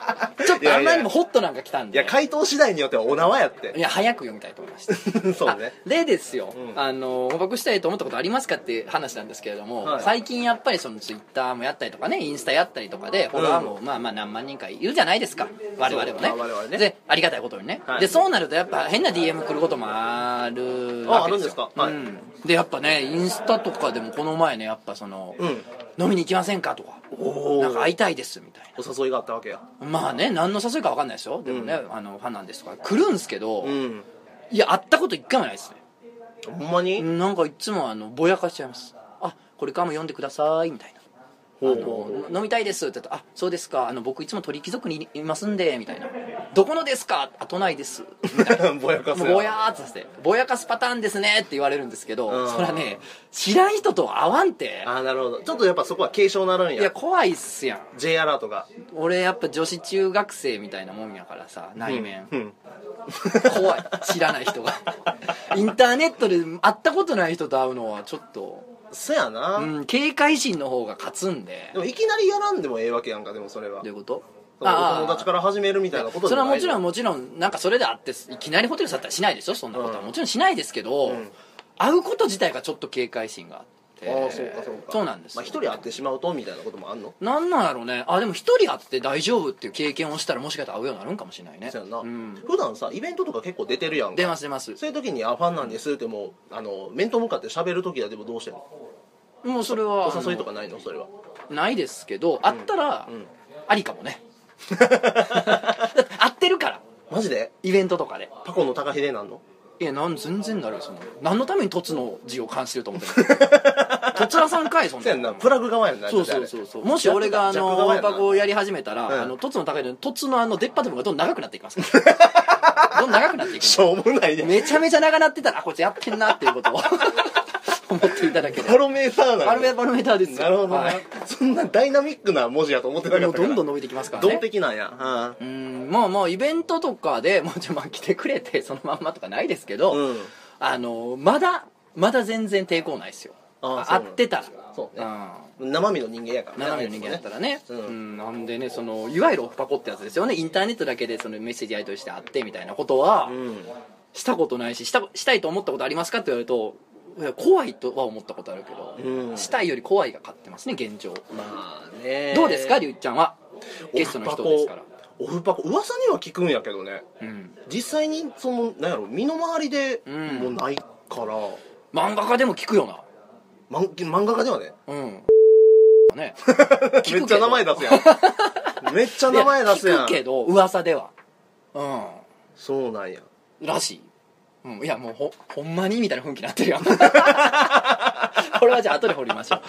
[SPEAKER 2] ちょっとあんまりにもホットなんか来たん
[SPEAKER 1] い
[SPEAKER 2] で
[SPEAKER 1] や回答次第によってはお縄やっ
[SPEAKER 2] い
[SPEAKER 1] て
[SPEAKER 2] や早く読みたいと思いまし
[SPEAKER 1] [laughs]
[SPEAKER 2] た
[SPEAKER 1] そうね
[SPEAKER 2] あでですよ、
[SPEAKER 1] うん
[SPEAKER 2] あの捕獲したいと思ったことありますかっていう話なんですけれども、
[SPEAKER 1] はい
[SPEAKER 2] 最近やっぱりそのツイッターもやったりとかねインスタやったりとかでフォロワーもまあまあ何万人かいるじゃないですか我々もね
[SPEAKER 1] そうまあ我々ね
[SPEAKER 2] でありがたいことにね、
[SPEAKER 1] はい
[SPEAKER 2] でそうなるとやっぱ変な DM 来ることもあるわけですよ
[SPEAKER 1] ああるんですかはい
[SPEAKER 2] うん、でやっぱねインスタとかでもこの前ねやっぱその、
[SPEAKER 1] うん
[SPEAKER 2] 飲みに行きませんかとか
[SPEAKER 1] お
[SPEAKER 2] なんか
[SPEAKER 1] ー
[SPEAKER 2] 会いたいですみたいな
[SPEAKER 1] お誘いがあったわけや
[SPEAKER 2] まあね何の誘いか分かんないですよでもね、あのファンなんですとか来るんですけど、
[SPEAKER 1] うん
[SPEAKER 2] いや会ったこと一回もないですね
[SPEAKER 1] ほんまに
[SPEAKER 2] なんかいつもあのぼやかしちゃいますあこれからも読んでくださいみたいな
[SPEAKER 1] ほう
[SPEAKER 2] あの飲みたいですって言ったら「あそうですかあの僕いつも鳥貴族にいますんで」みたいな「どこのですか?」あ「都内です」
[SPEAKER 1] ぼやかす
[SPEAKER 2] もうぼやーっとさせて「ぼやかすパターンですね」って言われるんですけど、
[SPEAKER 1] うん
[SPEAKER 2] そりゃね知らん人とは会わんて
[SPEAKER 1] あなるほどちょっとやっぱそこは警鐘なるん
[SPEAKER 2] いや
[SPEAKER 1] や
[SPEAKER 2] 怖いっすやん
[SPEAKER 1] J アラートが
[SPEAKER 2] 俺やっぱ女子中学生みたいなもんやからさ内面、
[SPEAKER 1] うん
[SPEAKER 2] 怖い知らない人 [laughs] がインターネットで会ったことない人と会うのはちょっと
[SPEAKER 1] そやな
[SPEAKER 2] うん、警戒心の方が勝つんで
[SPEAKER 1] で。もいきなりやらんでもええわけやんかでもそれは
[SPEAKER 2] どういうこと
[SPEAKER 1] そのお友達から始めるみたいなことで
[SPEAKER 2] それは
[SPEAKER 1] もな
[SPEAKER 2] も
[SPEAKER 1] い
[SPEAKER 2] ちろんもちろんなんかそれであっていきなりホテル去ったりしないでしょそんなことは、
[SPEAKER 1] うん
[SPEAKER 2] もちろんしないですけど、
[SPEAKER 1] うん
[SPEAKER 2] 会うこと自体がちょっと警戒心があって
[SPEAKER 1] ああそうかそうか
[SPEAKER 2] そうなんですよ
[SPEAKER 1] まあ、一人会ってしまうとみたいなこともあんの
[SPEAKER 2] なんなんやろうねあでも一人会って大丈夫っていう経験をしたらもしかしたら会うようになるんかもしれないね
[SPEAKER 1] そうやんな、
[SPEAKER 2] ん、
[SPEAKER 1] 普段さイベントとか結構出てるやん
[SPEAKER 2] 出
[SPEAKER 1] か
[SPEAKER 2] ます出ます
[SPEAKER 1] そういう時に「あファンなんです」ってもうあの面と向かって喋る時はでもどうしてんの
[SPEAKER 2] もうそれは
[SPEAKER 1] お誘いとかないのそれは
[SPEAKER 2] あのないですけど会ったら、
[SPEAKER 1] うん
[SPEAKER 2] ありかもね [laughs] だって会ってるから
[SPEAKER 1] マジで
[SPEAKER 2] イベントとかで
[SPEAKER 1] パコの高秀なんの
[SPEAKER 2] いやなん全然なるよその何のために「とつ」の字を冠してると思って
[SPEAKER 1] [laughs]
[SPEAKER 2] るとつらさんかいそん
[SPEAKER 1] そうやんなプラグ側やんな
[SPEAKER 2] そうそう
[SPEAKER 1] う
[SPEAKER 2] そうそうもし俺があ
[SPEAKER 1] ジャック側
[SPEAKER 2] の
[SPEAKER 1] やな
[SPEAKER 2] バコをやり始めたら、
[SPEAKER 1] うん
[SPEAKER 2] あのとつの高いのとつのあの出っ張った部分がどんどん長くなっていきますどんどん長くなっていく
[SPEAKER 1] [laughs] しょうもないやん
[SPEAKER 2] めちゃめちゃ長なってたらあこいつやってんなっていうこ
[SPEAKER 1] [laughs]
[SPEAKER 2] とを思っていただけれ
[SPEAKER 1] パ
[SPEAKER 2] ば
[SPEAKER 1] ロメーターなの
[SPEAKER 2] バロメバロメーターですよ
[SPEAKER 1] なるほどな、
[SPEAKER 2] はい
[SPEAKER 1] そんなダイナミックな文字やと思ってなか
[SPEAKER 2] も
[SPEAKER 1] っ
[SPEAKER 2] う
[SPEAKER 1] たから
[SPEAKER 2] どんどん伸
[SPEAKER 1] び
[SPEAKER 2] びてきますから
[SPEAKER 1] 動
[SPEAKER 2] ね
[SPEAKER 1] 的なんや、は
[SPEAKER 2] うーんまあまあイベントとかでもうちょまあ来てくれてそのまんまとかないですけど、
[SPEAKER 1] うん
[SPEAKER 2] あのまだまだ全然抵抗ないですよ
[SPEAKER 1] ああそうな
[SPEAKER 2] 会っ
[SPEAKER 1] の
[SPEAKER 2] てたら
[SPEAKER 1] そうね
[SPEAKER 2] ん
[SPEAKER 1] 生身の人間やからね
[SPEAKER 2] 斜めの人間だったらね、
[SPEAKER 1] う
[SPEAKER 2] うんんなんでねそのいわゆるオフパコってやつですよねインターネットだけでそのメッセージやり取りして会ってみたいなことは
[SPEAKER 1] うん
[SPEAKER 2] したことないししたしたいと思ったことありますかって言われるといや怖いとは思ったことあるけど、
[SPEAKER 1] うん
[SPEAKER 2] したいより怖いが勝ってますね現状、
[SPEAKER 1] まあね
[SPEAKER 2] どうですかりゅうちゃんはゲストの人ですから、
[SPEAKER 1] オフパコオフパコ噂には聞くんやけどね
[SPEAKER 2] うん、
[SPEAKER 1] 実際にそのなんやろ身の回りで
[SPEAKER 2] うん
[SPEAKER 1] もうないから、
[SPEAKER 2] 漫画家でも聞くよな
[SPEAKER 1] まん漫画家ではね [laughs]
[SPEAKER 2] うんね
[SPEAKER 1] めっちゃ名前出すや
[SPEAKER 2] [laughs]
[SPEAKER 1] んめっちゃ名前出す
[SPEAKER 2] い
[SPEAKER 1] や
[SPEAKER 2] 聞
[SPEAKER 1] ん
[SPEAKER 2] くけど噂ではうん
[SPEAKER 1] そうなんや
[SPEAKER 2] らしい、うん、いやもうほほんまにみたいな雰囲気になってるやん [laughs] これはじゃあ後で掘りましょ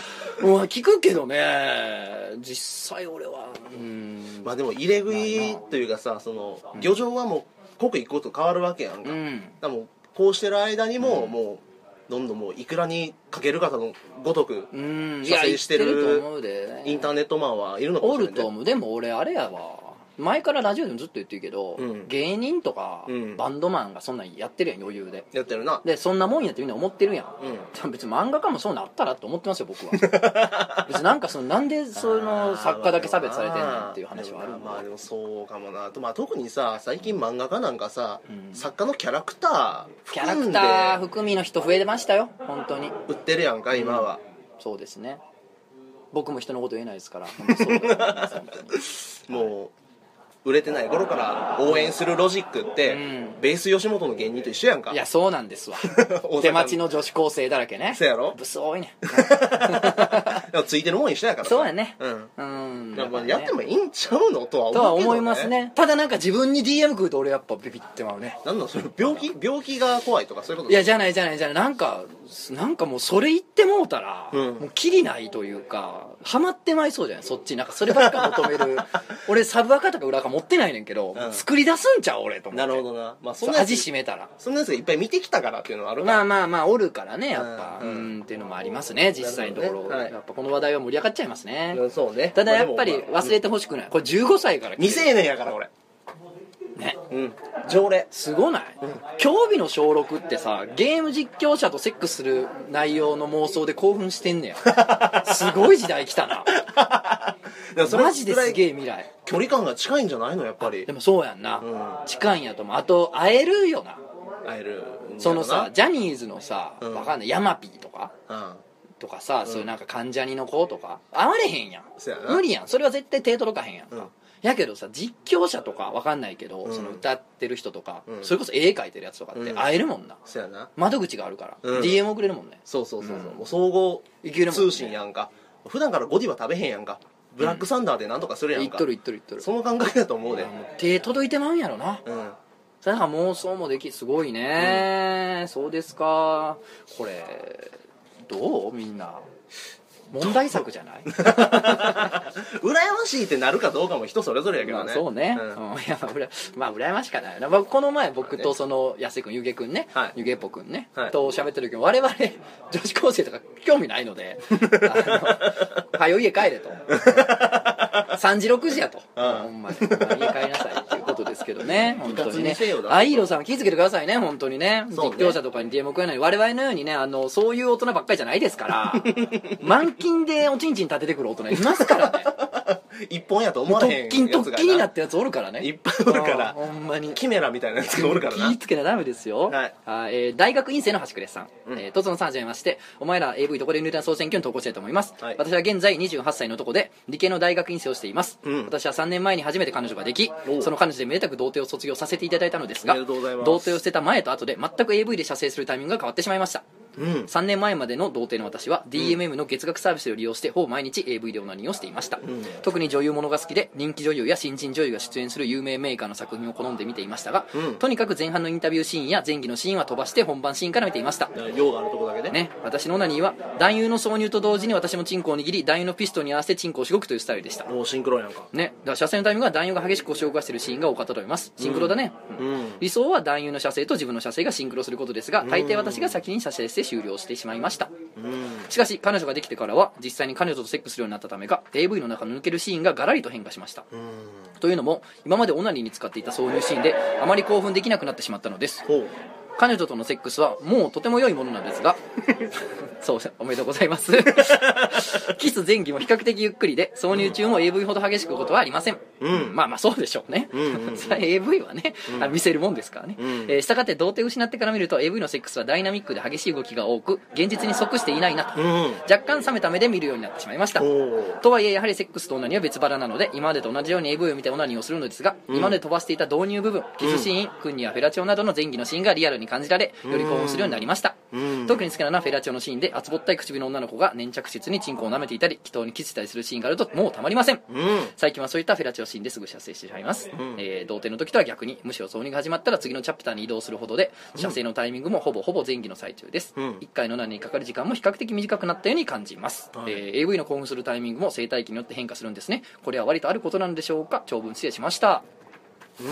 [SPEAKER 2] う、うん、聞くけどね実際俺はうん
[SPEAKER 1] まあでも入れ食いというかさその漁場はもう刻一刻と変わるわけやんか,、
[SPEAKER 2] う
[SPEAKER 1] だか
[SPEAKER 2] ん
[SPEAKER 1] らもうこうしてる間にも、もうどんどんもういくらにかけるかのごとく、
[SPEAKER 2] うんい
[SPEAKER 1] 射
[SPEAKER 2] や
[SPEAKER 1] 精
[SPEAKER 2] 言
[SPEAKER 1] し
[SPEAKER 2] ってて
[SPEAKER 1] る
[SPEAKER 2] ると思うで
[SPEAKER 1] インターネットマンはいるのかも
[SPEAKER 2] お
[SPEAKER 1] しれ
[SPEAKER 2] る
[SPEAKER 1] ない、ね、
[SPEAKER 2] と思うでも俺あれやわ前からラジオでもずっと言ってるけど、
[SPEAKER 1] うん
[SPEAKER 2] 芸人とか、
[SPEAKER 1] うん
[SPEAKER 2] バンドマンがそんなんやってるやん余裕で
[SPEAKER 1] やってるな
[SPEAKER 2] でそんなもんやってみんな思ってるやん
[SPEAKER 1] うん
[SPEAKER 2] 別に漫画家もそうなったらと思ってますよ僕は別になんかそのなんでその作家だけ差別されてんねんっていう話はあるんで
[SPEAKER 1] まあでもそうかもなと、まあ、特にさ最近漫画家なんかさ、
[SPEAKER 2] うん
[SPEAKER 1] 作家のキャラクター
[SPEAKER 2] キャラ
[SPEAKER 1] 含んで
[SPEAKER 2] クター含みの人増えましたよ本当に
[SPEAKER 1] 売ってるやんか今は、
[SPEAKER 2] そうですね
[SPEAKER 1] [laughs]
[SPEAKER 2] 僕も人のこと言えないですから本当そうだと思います本当に
[SPEAKER 1] も売れてない頃から応援するロジックって、
[SPEAKER 2] うん
[SPEAKER 1] ベース吉本の芸人と一緒やんか
[SPEAKER 2] いやそうなんですわ
[SPEAKER 1] 阪
[SPEAKER 2] 手待ちの女子高生だらけね
[SPEAKER 1] そうやろ
[SPEAKER 2] ブス多いね
[SPEAKER 1] でもついてるもん一緒やからさ
[SPEAKER 2] そうやね
[SPEAKER 1] うん
[SPEAKER 2] うん
[SPEAKER 1] やっ
[SPEAKER 2] ぱ
[SPEAKER 1] ぱ
[SPEAKER 2] ね
[SPEAKER 1] やっても [laughs] いいんちゃうのとは思うけど、ね、
[SPEAKER 2] とは思いますねただなんか自分に DM 来ると俺やっぱビビってまうね
[SPEAKER 1] なんなんそれ病気病気が怖いとかそういうこと
[SPEAKER 2] いやじゃないじゃないじゃないなんかなんかもうそれ言ってもうたら、
[SPEAKER 1] うん
[SPEAKER 2] もうキリないというかハマってまいそうじゃないそっちなんかそればっか求
[SPEAKER 1] [laughs]
[SPEAKER 2] める俺サブアカとか裏アカ持ってないねんけど、
[SPEAKER 1] うん
[SPEAKER 2] 作り出すんちゃう俺と思っ
[SPEAKER 1] な
[SPEAKER 2] て
[SPEAKER 1] るほどなまあそ
[SPEAKER 2] そ
[SPEAKER 1] ん
[SPEAKER 2] う
[SPEAKER 1] なや
[SPEAKER 2] 味
[SPEAKER 1] つ
[SPEAKER 2] しめたら
[SPEAKER 1] そんなやつがいっぱい見てきたからっていうのはある
[SPEAKER 2] まあ
[SPEAKER 1] あ
[SPEAKER 2] まあまあおるからねやっぱう
[SPEAKER 1] うんん,、
[SPEAKER 2] っていうのもありますね実際のところ、
[SPEAKER 1] なるほどねはい
[SPEAKER 2] やっぱこの話題は盛り上がっちゃいますね、
[SPEAKER 1] そうね
[SPEAKER 2] ただやっぱり
[SPEAKER 1] まあでもまあ
[SPEAKER 2] 忘れてほしくないこれ15歳から来
[SPEAKER 1] 未
[SPEAKER 2] て
[SPEAKER 1] 成年やから俺
[SPEAKER 2] ね
[SPEAKER 1] うん条例
[SPEAKER 2] すごない、競技の小6ってさゲーム実況者とセックスする内容の妄想で興奮してんね
[SPEAKER 1] [laughs]
[SPEAKER 2] やすごい時代来たな
[SPEAKER 1] でもそれ
[SPEAKER 2] マジですげ
[SPEAKER 1] え
[SPEAKER 2] え未来
[SPEAKER 1] 距離感が近いんじゃないのやっぱり
[SPEAKER 2] でもそうやんな、
[SPEAKER 1] う
[SPEAKER 2] 近いんやと思うあと会えるよな
[SPEAKER 1] 会える
[SPEAKER 2] そのさ
[SPEAKER 1] ん
[SPEAKER 2] ジャニーズのさ、
[SPEAKER 1] うん
[SPEAKER 2] わかんないヤマピーとか
[SPEAKER 1] やろな
[SPEAKER 2] とかさ、そういうなんか関ジャニの子とか会われへんやん
[SPEAKER 1] そうやな
[SPEAKER 2] 無理やんそれは絶対手届かへんやんか、
[SPEAKER 1] うん
[SPEAKER 2] やけどさ実況者とかわかんないけど、
[SPEAKER 1] ん
[SPEAKER 2] その歌ってる人とか、
[SPEAKER 1] ん
[SPEAKER 2] それこそ絵描いてるやつとかって
[SPEAKER 1] うん
[SPEAKER 2] 会えるもん
[SPEAKER 1] う
[SPEAKER 2] な、
[SPEAKER 1] んそうやな
[SPEAKER 2] 窓口があるから、
[SPEAKER 1] うん
[SPEAKER 2] DM 送れるもんね
[SPEAKER 1] そうそうそうそうもう総合
[SPEAKER 2] いけるもん
[SPEAKER 1] 通
[SPEAKER 2] ね
[SPEAKER 1] 信やんか普段からゴディバ食べへんやんかブラックサンダーでなんとかするや
[SPEAKER 2] い
[SPEAKER 1] ん
[SPEAKER 2] っ
[SPEAKER 1] か
[SPEAKER 2] とるいっとるいっとる
[SPEAKER 1] その感覚だと思うで
[SPEAKER 2] もう手届いてまうんやろな
[SPEAKER 1] うん
[SPEAKER 2] それなんか妄想もできすごいね、そうですかこれどうみんな問題作じゃない
[SPEAKER 1] 羨ましいってなるかどうかも人それぞれやけ
[SPEAKER 2] ま
[SPEAKER 1] ど
[SPEAKER 2] あ
[SPEAKER 1] ね
[SPEAKER 2] そうね、うん
[SPEAKER 1] ん
[SPEAKER 2] いやまあうらまあ羨ましかないな、まあ、この前僕
[SPEAKER 1] まあ
[SPEAKER 2] とその安井君ゆげ君ね、
[SPEAKER 1] はい
[SPEAKER 2] ゆげっぽ君ね、
[SPEAKER 1] はい
[SPEAKER 2] と喋ってる時も我々女子高生とか興味ない
[SPEAKER 1] [laughs]
[SPEAKER 2] ので「あの早い家帰れ」と「3時6時やと」
[SPEAKER 1] うん
[SPEAKER 2] ほんまにほんまに家帰りなさい」っていうことですけどね本
[SPEAKER 1] 部
[SPEAKER 2] 当に
[SPEAKER 1] 活に
[SPEAKER 2] ね
[SPEAKER 1] せよだ
[SPEAKER 2] あいろさん気ぃつけてくださいね本当にね
[SPEAKER 1] そうね
[SPEAKER 2] 実況者とかに DM くれない我々のようにねあのそういう大人ばっかりじゃないですから
[SPEAKER 1] [laughs]
[SPEAKER 2] 満勤でおちんちん立ててくる大人いますから
[SPEAKER 1] [laughs]
[SPEAKER 2] ね
[SPEAKER 1] 一本やと思
[SPEAKER 2] もう
[SPEAKER 1] わ
[SPEAKER 2] 特
[SPEAKER 1] れへん
[SPEAKER 2] 勤特勤になってたやつおるからね
[SPEAKER 1] いっぱいおるから [laughs]
[SPEAKER 2] あーほんまに
[SPEAKER 1] キメラみたいなやつがおるから
[SPEAKER 2] 気
[SPEAKER 1] な
[SPEAKER 2] ぃつけなダメですよ、
[SPEAKER 1] はい
[SPEAKER 2] あえー大学院生の橋くれさん、
[SPEAKER 1] うん
[SPEAKER 2] えーとつのさんはじめましてお前ら AV どこで入団総選挙に投稿したいと思います、
[SPEAKER 1] はい
[SPEAKER 2] 私は現在28歳の男で理系の大学院生をしています、
[SPEAKER 1] うん
[SPEAKER 2] 私は3年前に初めて彼女ができ
[SPEAKER 1] おう
[SPEAKER 2] その彼女でめでたく童貞を卒業させていただいたのですが
[SPEAKER 1] おめでとうございます
[SPEAKER 2] 童貞を捨てた前と後で全く AV で射精するタイミングが変わってしまいました
[SPEAKER 1] うん
[SPEAKER 2] 3年前までの童貞の私は DMM の月額サービスを利用してほぼ毎日 AV でオナニーをしていました、
[SPEAKER 1] ん
[SPEAKER 2] 特に女優ものが好きで人気女優や新人女優が出演する有名メーカーの作品を好んで見ていましたが、
[SPEAKER 1] うん
[SPEAKER 2] とにかく前半のインタビューシーンや前期のシーンは飛ばして本番シーンから見ていました
[SPEAKER 1] 用があるとこだけで
[SPEAKER 2] ね、私のオナニーは男優の挿入と同時に私もチンコを握り男優のピストンに合わせてチンコをしごくというスタイルでした
[SPEAKER 1] もうシンクロやんか
[SPEAKER 2] ね、だから射精のタイミングは男優が激しく腰を動かしているシーンが多かったと思いますシンクロだね、
[SPEAKER 1] うん
[SPEAKER 2] 理想は男優の射精と自分の射精がシンクロすることですが大抵私が先に射精して終了してしまいました、
[SPEAKER 1] うん
[SPEAKER 2] しかし彼女ができてからは実際に彼女とセックスするようになったためか AV の中の抜けるシーンがガラリと変化しました
[SPEAKER 1] うん
[SPEAKER 2] というのも今までオナニーに使っていた挿入シーンであまり興奮できなくなってしまったのです
[SPEAKER 1] ほう
[SPEAKER 2] 彼女とのセックスはもうとても良いものなんです
[SPEAKER 1] [laughs]
[SPEAKER 2] がそうおめでとうございますキス前期も比較的ゆっくりで挿入中も AV ほど激しくことはありません、
[SPEAKER 1] うん
[SPEAKER 2] まあまあそうでしょうね、
[SPEAKER 1] うんうんうん
[SPEAKER 2] [laughs] それは AV はね、あの見せるもんですからね、
[SPEAKER 1] うん
[SPEAKER 2] えーしたがって童貞を失ってから見ると AV のセックスはダイナミックで激しい動きが多く現実に即していないなと、
[SPEAKER 1] うん
[SPEAKER 2] 若干冷めた目で見るようになってしまいました
[SPEAKER 1] ほう
[SPEAKER 2] とはいえやはりセックスとオナニーは別腹なので今までと同じように AV を見てオナニーをするのですが、今まで飛ばしていた導入部分キスシーン、君にはフェラチオなどの前儀のシーンがリアルに感じられより興奮するようになりました、
[SPEAKER 1] うん
[SPEAKER 2] 特に好きなのはフェラチオのシーンで厚ぼったい唇の女の子が粘着質にチンコを舐めていたり祈祷にキスしたりするシーンがあるともうたまりません、
[SPEAKER 1] うん
[SPEAKER 2] 最近はそういったフェラチオシーンですぐ射精してしまいます、えー童貞の時とは逆にむしろ挿入が始まったら次のチャプターに移動するほどで射精のタイミングもほぼほぼ前期の最中です、
[SPEAKER 1] うん
[SPEAKER 2] 1回の何にかかる時間も比較的短くなったように感じます、
[SPEAKER 1] はい
[SPEAKER 2] えー AV の興奮するタイミングも生態期によって変化するんですねこれは割とあることなんでしょうか長文失礼しました
[SPEAKER 1] う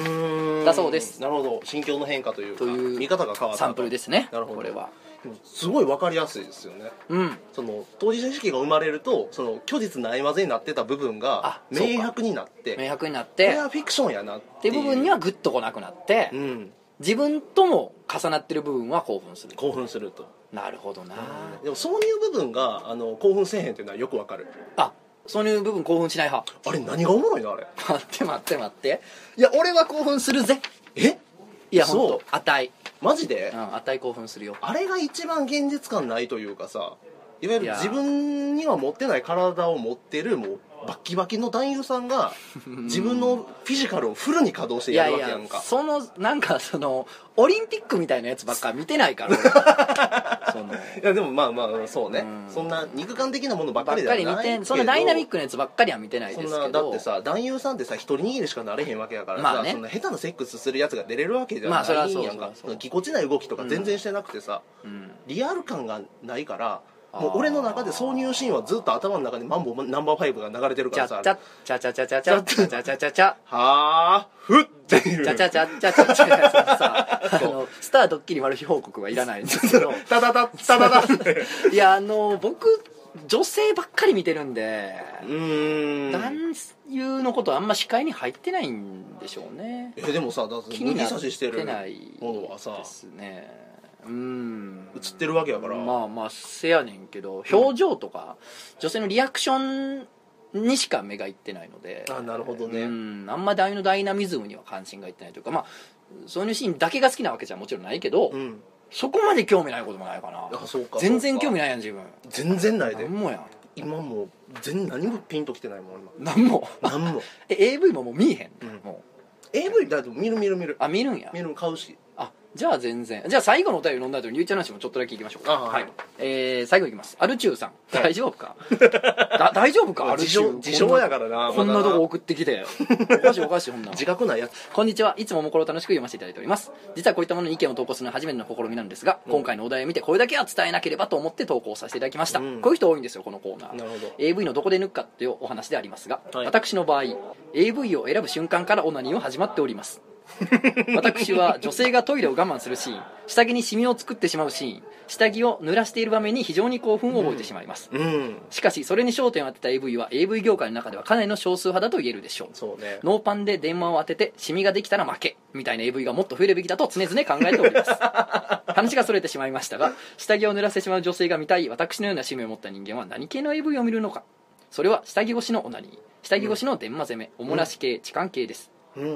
[SPEAKER 1] ん
[SPEAKER 2] だそうです
[SPEAKER 1] なるほど心境の変化というか
[SPEAKER 2] という
[SPEAKER 1] 見方が変わった
[SPEAKER 2] サンプルですね
[SPEAKER 1] なるほど
[SPEAKER 2] これは
[SPEAKER 1] でもすごいわかりやすいですよね
[SPEAKER 2] うん
[SPEAKER 1] その当事者意識が生まれるとその虚実ないまぜになってた部分が
[SPEAKER 2] あそうか
[SPEAKER 1] 明白になって
[SPEAKER 2] 明白になっ
[SPEAKER 1] こ
[SPEAKER 2] て
[SPEAKER 1] れはフィクションやなっ
[SPEAKER 2] ってて
[SPEAKER 1] い
[SPEAKER 2] 部分にはグッとこなくなって、
[SPEAKER 1] うん
[SPEAKER 2] 自分とも重なってる部分は興奮する
[SPEAKER 1] 興奮すると
[SPEAKER 2] なるほどな
[SPEAKER 1] でもそういう部分があの興奮せえへんっていうのはよくわかる
[SPEAKER 2] あそういう部分興奮しない派
[SPEAKER 1] あれ何がおもろいのあれ
[SPEAKER 2] 待って待って待っていや俺は興奮するぜ
[SPEAKER 1] え
[SPEAKER 2] いや
[SPEAKER 1] そう
[SPEAKER 2] 本当値
[SPEAKER 1] マジで
[SPEAKER 2] うん値興奮するよ
[SPEAKER 1] あれが一番現実感ないというかさいわゆ
[SPEAKER 2] い
[SPEAKER 1] る
[SPEAKER 2] や
[SPEAKER 1] 自分には持ってない体を持ってるもうバッキバキの男優さん
[SPEAKER 2] [laughs]
[SPEAKER 1] が自分のフィジカルをフルに稼働して
[SPEAKER 2] い
[SPEAKER 1] や
[SPEAKER 2] や
[SPEAKER 1] る
[SPEAKER 2] い
[SPEAKER 1] わけや
[SPEAKER 2] や
[SPEAKER 1] んか
[SPEAKER 2] そのなんかそのオリンピックみたいなやつばっか見てな
[SPEAKER 1] [laughs]
[SPEAKER 2] いから俺その
[SPEAKER 1] いやでもまあまあそうね
[SPEAKER 2] うん
[SPEAKER 1] そんな肉眼的なものばっ
[SPEAKER 2] ば
[SPEAKER 1] か
[SPEAKER 2] っ
[SPEAKER 1] りで
[SPEAKER 2] か
[SPEAKER 1] は
[SPEAKER 2] り見
[SPEAKER 1] ない
[SPEAKER 2] て
[SPEAKER 1] け
[SPEAKER 2] ん
[SPEAKER 1] ど
[SPEAKER 2] そんなダイナミックなやつばっかりは見てない
[SPEAKER 1] そ
[SPEAKER 2] で
[SPEAKER 1] ん
[SPEAKER 2] すけ
[SPEAKER 1] なだっ
[SPEAKER 2] ど
[SPEAKER 1] てさ男優さんってさ一人握りしかなれへんわけやからさ、
[SPEAKER 2] まあね
[SPEAKER 1] そんな下手なセックスするやつが出れるわけじゃ
[SPEAKER 2] まあそれ
[SPEAKER 1] な
[SPEAKER 2] はいそ
[SPEAKER 1] ん
[SPEAKER 2] う
[SPEAKER 1] やん
[SPEAKER 2] それ
[SPEAKER 1] か
[SPEAKER 2] はそう
[SPEAKER 1] そのぎこちない動きとか全然してなくてさ、
[SPEAKER 2] うん
[SPEAKER 1] リアル感がないから
[SPEAKER 2] あー
[SPEAKER 1] もう俺の中で挿入シーンはずっと頭の中にマンボウナンバーファイブが流れてるか
[SPEAKER 2] ちゃ
[SPEAKER 1] ら
[SPEAKER 2] ち
[SPEAKER 1] さ
[SPEAKER 2] ゃちゃちゃちゃちゃちゃちゃちゃちゃちゃちゃ
[SPEAKER 1] はあふっっていう
[SPEAKER 2] ちゃちゃちゃちゃちゃちゃちゃさあのスタードッキリマル秘報告はいらないんですけど
[SPEAKER 1] タタタタタタって
[SPEAKER 2] いやあの僕女性ばっかり見てるんで
[SPEAKER 1] うーん
[SPEAKER 2] 男優のことあんま視界に入ってないんでしょうね
[SPEAKER 1] えでもさだって
[SPEAKER 2] 気に
[SPEAKER 1] 指
[SPEAKER 2] なっ
[SPEAKER 1] 差しして
[SPEAKER 2] て
[SPEAKER 1] る
[SPEAKER 2] ない
[SPEAKER 1] ものはさ
[SPEAKER 2] ですねうん
[SPEAKER 1] 映ってるわけやから、
[SPEAKER 2] まあまあせやねんけど表情とか、女性のリアクションにしか目がいってないので
[SPEAKER 1] あなるほどね
[SPEAKER 2] うんあんま男優のダイナミズムには関心がいってないというかまあそういうシーンだけが好きなわけじゃもちろんないけど、
[SPEAKER 1] うん
[SPEAKER 2] そこまで興味ないこともないかな
[SPEAKER 1] あそうか
[SPEAKER 2] 全然興味
[SPEAKER 1] ない
[SPEAKER 2] ないやん自分
[SPEAKER 1] 全然ない
[SPEAKER 2] な
[SPEAKER 1] で
[SPEAKER 2] んもやん
[SPEAKER 1] 今もう全何もピンときてないもん今
[SPEAKER 2] なん
[SPEAKER 1] [laughs]
[SPEAKER 2] も
[SPEAKER 1] 何も
[SPEAKER 2] え AV ももう見えへん、
[SPEAKER 1] うん
[SPEAKER 2] も
[SPEAKER 1] AV だと見る見る見る
[SPEAKER 2] うあ見るんや
[SPEAKER 1] 見る買うし
[SPEAKER 2] あじゃあ全然じゃあ最後のお便り飲んだ後にゆうちゃんの話もちょっとだけいきましょうか
[SPEAKER 1] あはい
[SPEAKER 2] えー最後いきますアルチューさん大丈夫かだ大丈夫かアル
[SPEAKER 1] 自
[SPEAKER 2] チュー
[SPEAKER 1] 称自称やからな
[SPEAKER 2] こんな
[SPEAKER 1] ま
[SPEAKER 2] と
[SPEAKER 1] だ
[SPEAKER 2] こ送ってきて。おかしいおかしい、ほ [laughs] んなら。
[SPEAKER 1] 自覚ないやつ
[SPEAKER 2] こんにちは。いつももころ楽しく読ませていただいております。実はこういったものに意見を投稿するのは初めての試みなんですが、今回のお題を見てこれだけは伝えなければと思って投稿させていただきました。
[SPEAKER 1] うん
[SPEAKER 2] こういう人多いんですよ、このコーナー。
[SPEAKER 1] なるほど
[SPEAKER 2] AV のどこで抜くかというお話でありますが、
[SPEAKER 1] はい
[SPEAKER 2] 私の場合 AV を選ぶ瞬間からオナニーを始まっております [laughs] 私は女性がトイレを我慢するシーン下着にシミを作ってしまうシーン下着を濡らしている場面に非常に興奮を覚えてしまいます、
[SPEAKER 1] うん
[SPEAKER 2] しかしそれに焦点を当てた AV は AV 業界の中ではかなりの少数派だと言えるでしょう
[SPEAKER 1] そうね
[SPEAKER 2] ノーパンで電話を当ててシミができたら負けみたいな AV がもっと増えるべきだと常々考えてお [laughs] ります話がそれてしまいましたが下着を濡らしてしまう女性が見たい私のような趣味を持った人間は何系の AV を見るのかそれは下着越しのオナニー下着越しの電話攻め、おもらし系痴漢系で
[SPEAKER 1] う
[SPEAKER 2] す、
[SPEAKER 1] ん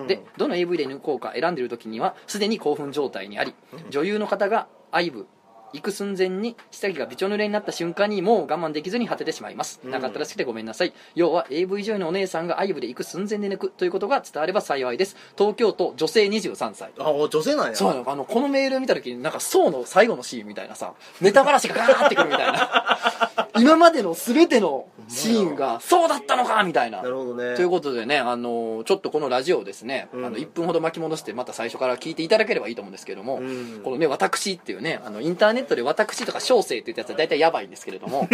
[SPEAKER 2] でどの AV で抜こうか選んでる時にはすでに興奮状態にあり女優の方が愛部行く寸前に下着がびちょ濡れになった瞬間にもう我慢できずに果ててしまいます、
[SPEAKER 1] うん
[SPEAKER 2] なかったらしくてごめんなさい要は AV 女優のお姉さんが愛部で行く寸前で抜くということが伝われば幸いです東京都女性23歳
[SPEAKER 1] あ女性なんや
[SPEAKER 2] そうなのあのこのメールを見た時になんか層の最後のシーンみたいなさネタバラシがガーってくるみたい
[SPEAKER 1] [laughs]
[SPEAKER 2] な今までの全てのシーンがそうだったのかみたいな
[SPEAKER 1] なるほどね
[SPEAKER 2] ということでね、あのちょっとこのラジオをですね、
[SPEAKER 1] うん
[SPEAKER 2] あの1分ほど巻き戻してまた最初から聞いていただければいいと思うんですけども、
[SPEAKER 1] うん
[SPEAKER 2] このね「私」っていうねあのインターネットで「私」とか「小生」って言ったやつは大体やばいんですけれ
[SPEAKER 1] [laughs]
[SPEAKER 2] ども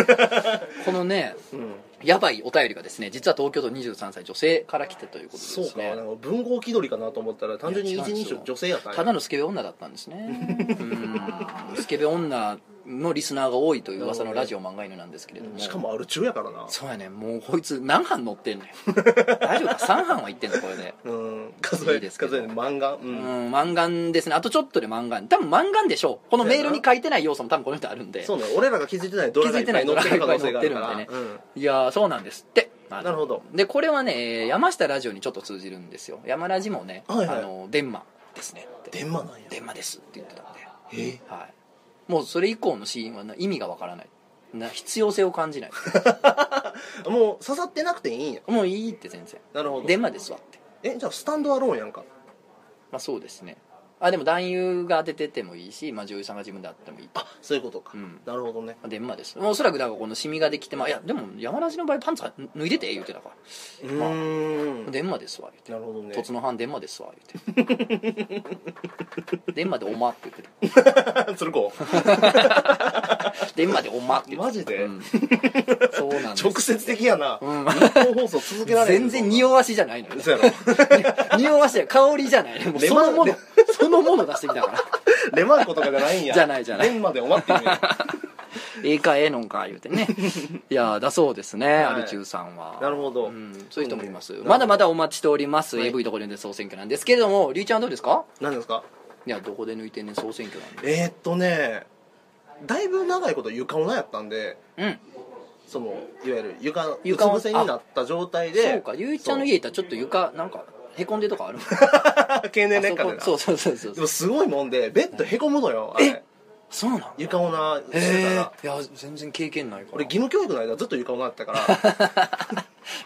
[SPEAKER 2] このね
[SPEAKER 1] うん
[SPEAKER 2] やばいお便りがですね実は東京都23歳女性から来てということで
[SPEAKER 1] そう
[SPEAKER 2] です
[SPEAKER 1] かなん
[SPEAKER 2] ね
[SPEAKER 1] か文豪気取りかなと思ったら単純に
[SPEAKER 2] いや
[SPEAKER 1] 一
[SPEAKER 2] 違うんで
[SPEAKER 1] 人
[SPEAKER 2] すよ
[SPEAKER 1] 称女性やったんや
[SPEAKER 2] ただのスケベ女だったんで
[SPEAKER 1] [laughs]
[SPEAKER 2] すねうんスケベ女のリスナーが多いという噂のラジオ漫画犬なんですけれども、
[SPEAKER 1] しかもアル中やからな
[SPEAKER 2] そうやねもうこいつ何班乗
[SPEAKER 1] [laughs]
[SPEAKER 2] ってんねん大丈夫か3班は行ってんのこれで
[SPEAKER 1] うん数
[SPEAKER 2] い
[SPEAKER 1] え
[SPEAKER 2] いですけど
[SPEAKER 1] 数える漫画う
[SPEAKER 2] うんん、漫画ですね。あとちょっとで漫画。多分漫画でしょう。このメールに書いてない要素も多分この人あるんで。
[SPEAKER 1] そうね俺らが気づいてないドラがいっぱい乗ってる可能性があるから
[SPEAKER 2] 気づいてないドラがいっぱい乗って
[SPEAKER 1] うん
[SPEAKER 2] いやー、そうなんですって。な
[SPEAKER 1] なるほど
[SPEAKER 2] で、これはね、えー山下ラジオにちょっと通じるんですよ。山ラジもね、
[SPEAKER 1] はいはい
[SPEAKER 2] あの、電話ですねって。
[SPEAKER 1] 電話なんや
[SPEAKER 2] 電話ですって言ってたんで。
[SPEAKER 1] え
[SPEAKER 2] はい。もうそれ以降のシーンはな意味がわからない。な必要性を感じない。 [laughs]
[SPEAKER 1] もう刺さってなくていいんや
[SPEAKER 2] もういいって全然。
[SPEAKER 1] なるほど
[SPEAKER 2] 電話ですわって。
[SPEAKER 1] えじゃあスタンドアローンやんか
[SPEAKER 2] まあそうですね。あ、でも男優が当てててもいいし、まあ女優さんが自分で当ててもいい。
[SPEAKER 1] あそういうことか
[SPEAKER 2] うん
[SPEAKER 1] なるほどね
[SPEAKER 2] デンマですおそらくだからこのシミができてまあいやでも山梨の場合パンツは脱いでて言うてたか
[SPEAKER 1] うー
[SPEAKER 2] ら「
[SPEAKER 1] ん
[SPEAKER 2] デンマですわ」言うて
[SPEAKER 1] なるほど
[SPEAKER 2] 「
[SPEAKER 1] ね
[SPEAKER 2] とつの藩デンマですわ」言 [laughs] うて「デンマでおま」って言ってた
[SPEAKER 1] 鶴子
[SPEAKER 2] 「 [laughs] デンマでおま」って言ってた
[SPEAKER 1] マジで
[SPEAKER 2] うんそうなんです
[SPEAKER 1] 直接的やな
[SPEAKER 2] うん
[SPEAKER 1] 日本放送続けられへん
[SPEAKER 2] 全然匂わしじゃないのよ
[SPEAKER 1] そうやろ
[SPEAKER 2] [laughs] 匂わしじゃ香りじゃ
[SPEAKER 1] [laughs]
[SPEAKER 2] ないもうそのも
[SPEAKER 1] レ
[SPEAKER 2] のそのもの出してきたから [laughs]
[SPEAKER 1] レマンコとかじゃないんや
[SPEAKER 2] じゃないじゃない
[SPEAKER 1] 電話でお待ってるん
[SPEAKER 2] [laughs]
[SPEAKER 1] や
[SPEAKER 2] ええかええのんか言うてねいやーだそうですね、
[SPEAKER 1] い
[SPEAKER 2] アルチューさんは
[SPEAKER 1] なるほど
[SPEAKER 2] うん、そういう人もいます、
[SPEAKER 1] うん
[SPEAKER 2] まだまだお待ちしております、
[SPEAKER 1] はい
[SPEAKER 2] AV どこで抜いてんねん総選挙なんですけれどもりゅうちゃんはどうですか
[SPEAKER 1] 何ですか
[SPEAKER 2] いやどこで抜いてんねん総選挙なんで
[SPEAKER 1] えー、っとねだいぶ長いこと床女やったんで
[SPEAKER 2] うん
[SPEAKER 1] そのいわゆる床
[SPEAKER 2] 床
[SPEAKER 1] 床
[SPEAKER 2] を
[SPEAKER 1] 伏せになった状態で
[SPEAKER 2] そうかりゅうちゃんの家行ったらちょっと床なんかへこんでるとかある
[SPEAKER 1] そう経年劣化でな
[SPEAKER 2] あ [laughs] そこそうそうそ
[SPEAKER 1] で
[SPEAKER 2] うそう
[SPEAKER 1] もすごいもんでベッドへこむのよあれ
[SPEAKER 2] そうなの
[SPEAKER 1] 床女してた
[SPEAKER 2] へ
[SPEAKER 1] ら
[SPEAKER 2] えいや全然経験ないから [laughs]
[SPEAKER 1] 俺義務教育の間ずっと床女だったから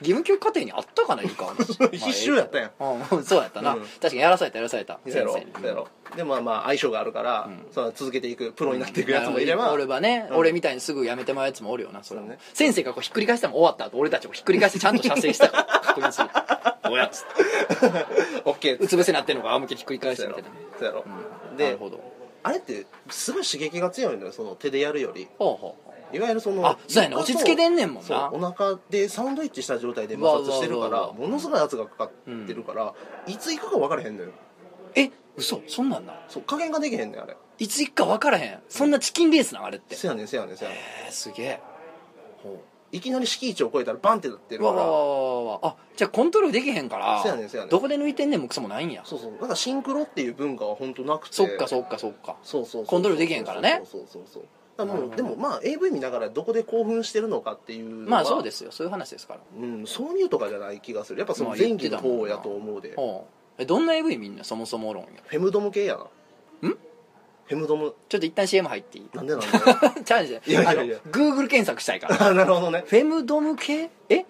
[SPEAKER 2] 義務教育課程にあったかなイル [laughs] カ話
[SPEAKER 1] 必修やったやん
[SPEAKER 2] まあええけどうんそうやったな、
[SPEAKER 1] うん
[SPEAKER 2] 確かにやらされたやらされた
[SPEAKER 1] そうやろそうやろでまあまあ相性があるから、その続けていくプロになっていくやつもいれば、
[SPEAKER 2] 俺はね、
[SPEAKER 1] うん
[SPEAKER 2] 俺みたいにすぐやめてまうやつもおるよなそれは
[SPEAKER 1] そうね
[SPEAKER 2] 先生がこうひっくり返しても終わった後俺たちもひっくり返してちゃんと射精したから [laughs] 確認するどうやっつって
[SPEAKER 1] オッケー
[SPEAKER 2] うつ伏せなってんのか仰向けひっくり返し
[SPEAKER 1] そ
[SPEAKER 2] て
[SPEAKER 1] う
[SPEAKER 2] み
[SPEAKER 1] や
[SPEAKER 2] た
[SPEAKER 1] ろ
[SPEAKER 2] いな
[SPEAKER 1] そうやろ、
[SPEAKER 2] うんなる
[SPEAKER 1] で
[SPEAKER 2] ほど
[SPEAKER 1] あれってすごい刺激が強いのよその手でやるより
[SPEAKER 2] ほうほうほう
[SPEAKER 1] いわゆるその
[SPEAKER 2] あそうやね
[SPEAKER 1] 床と
[SPEAKER 2] 落ち着けてんねんもんな
[SPEAKER 1] そうお腹でサンドイッチした状態で摩擦してるか
[SPEAKER 2] わあわあ
[SPEAKER 1] ら
[SPEAKER 2] わあ
[SPEAKER 1] ものすごい圧がかかってるから、いつ行くか分からへんのよ
[SPEAKER 2] え嘘そんなんなん
[SPEAKER 1] そう加減ができへんねんあれ
[SPEAKER 2] いつ行くか分からへんそんなチキンレースなんあれって
[SPEAKER 1] せやねんせやねんせやねん
[SPEAKER 2] えー、すげえほ
[SPEAKER 1] いきなり敷地を超えたらバンってなって
[SPEAKER 2] う
[SPEAKER 1] るか
[SPEAKER 2] わわ
[SPEAKER 1] ら
[SPEAKER 2] わわわわあじゃあコントロールできへんから
[SPEAKER 1] そうやねんそうやねん
[SPEAKER 2] どこで抜いてんねんもクソもないんや
[SPEAKER 1] そうそうだからシンクロっていう文化は本当なくて
[SPEAKER 2] そっかそっかそっか
[SPEAKER 1] そうそうそう
[SPEAKER 2] コントロールできへんからね
[SPEAKER 1] そうそうそうそうだからも
[SPEAKER 2] う
[SPEAKER 1] うんでもまあ AV 見ながらどこで興奮してるのかっていうのは
[SPEAKER 2] まあそうですよそういう話ですから
[SPEAKER 1] うん挿入とかじゃない気がするやっぱそ
[SPEAKER 2] ま
[SPEAKER 1] の
[SPEAKER 2] あ
[SPEAKER 1] 前
[SPEAKER 2] 言っ
[SPEAKER 1] 期
[SPEAKER 2] て
[SPEAKER 1] の
[SPEAKER 2] たもんな
[SPEAKER 1] 方やと思うで、
[SPEAKER 2] ほうえどんな AV みんなそもそもおるんや
[SPEAKER 1] フェムドム系やなんフェムドム
[SPEAKER 2] ちょっと一旦 CM 入っていい [laughs]
[SPEAKER 1] なんでなんだよ
[SPEAKER 2] チャンス
[SPEAKER 1] いやい
[SPEAKER 2] あ
[SPEAKER 1] や
[SPEAKER 2] の
[SPEAKER 1] いや
[SPEAKER 2] Google 検索したいか
[SPEAKER 1] [laughs]
[SPEAKER 2] ら
[SPEAKER 1] あなるほどね
[SPEAKER 2] フェムドム系え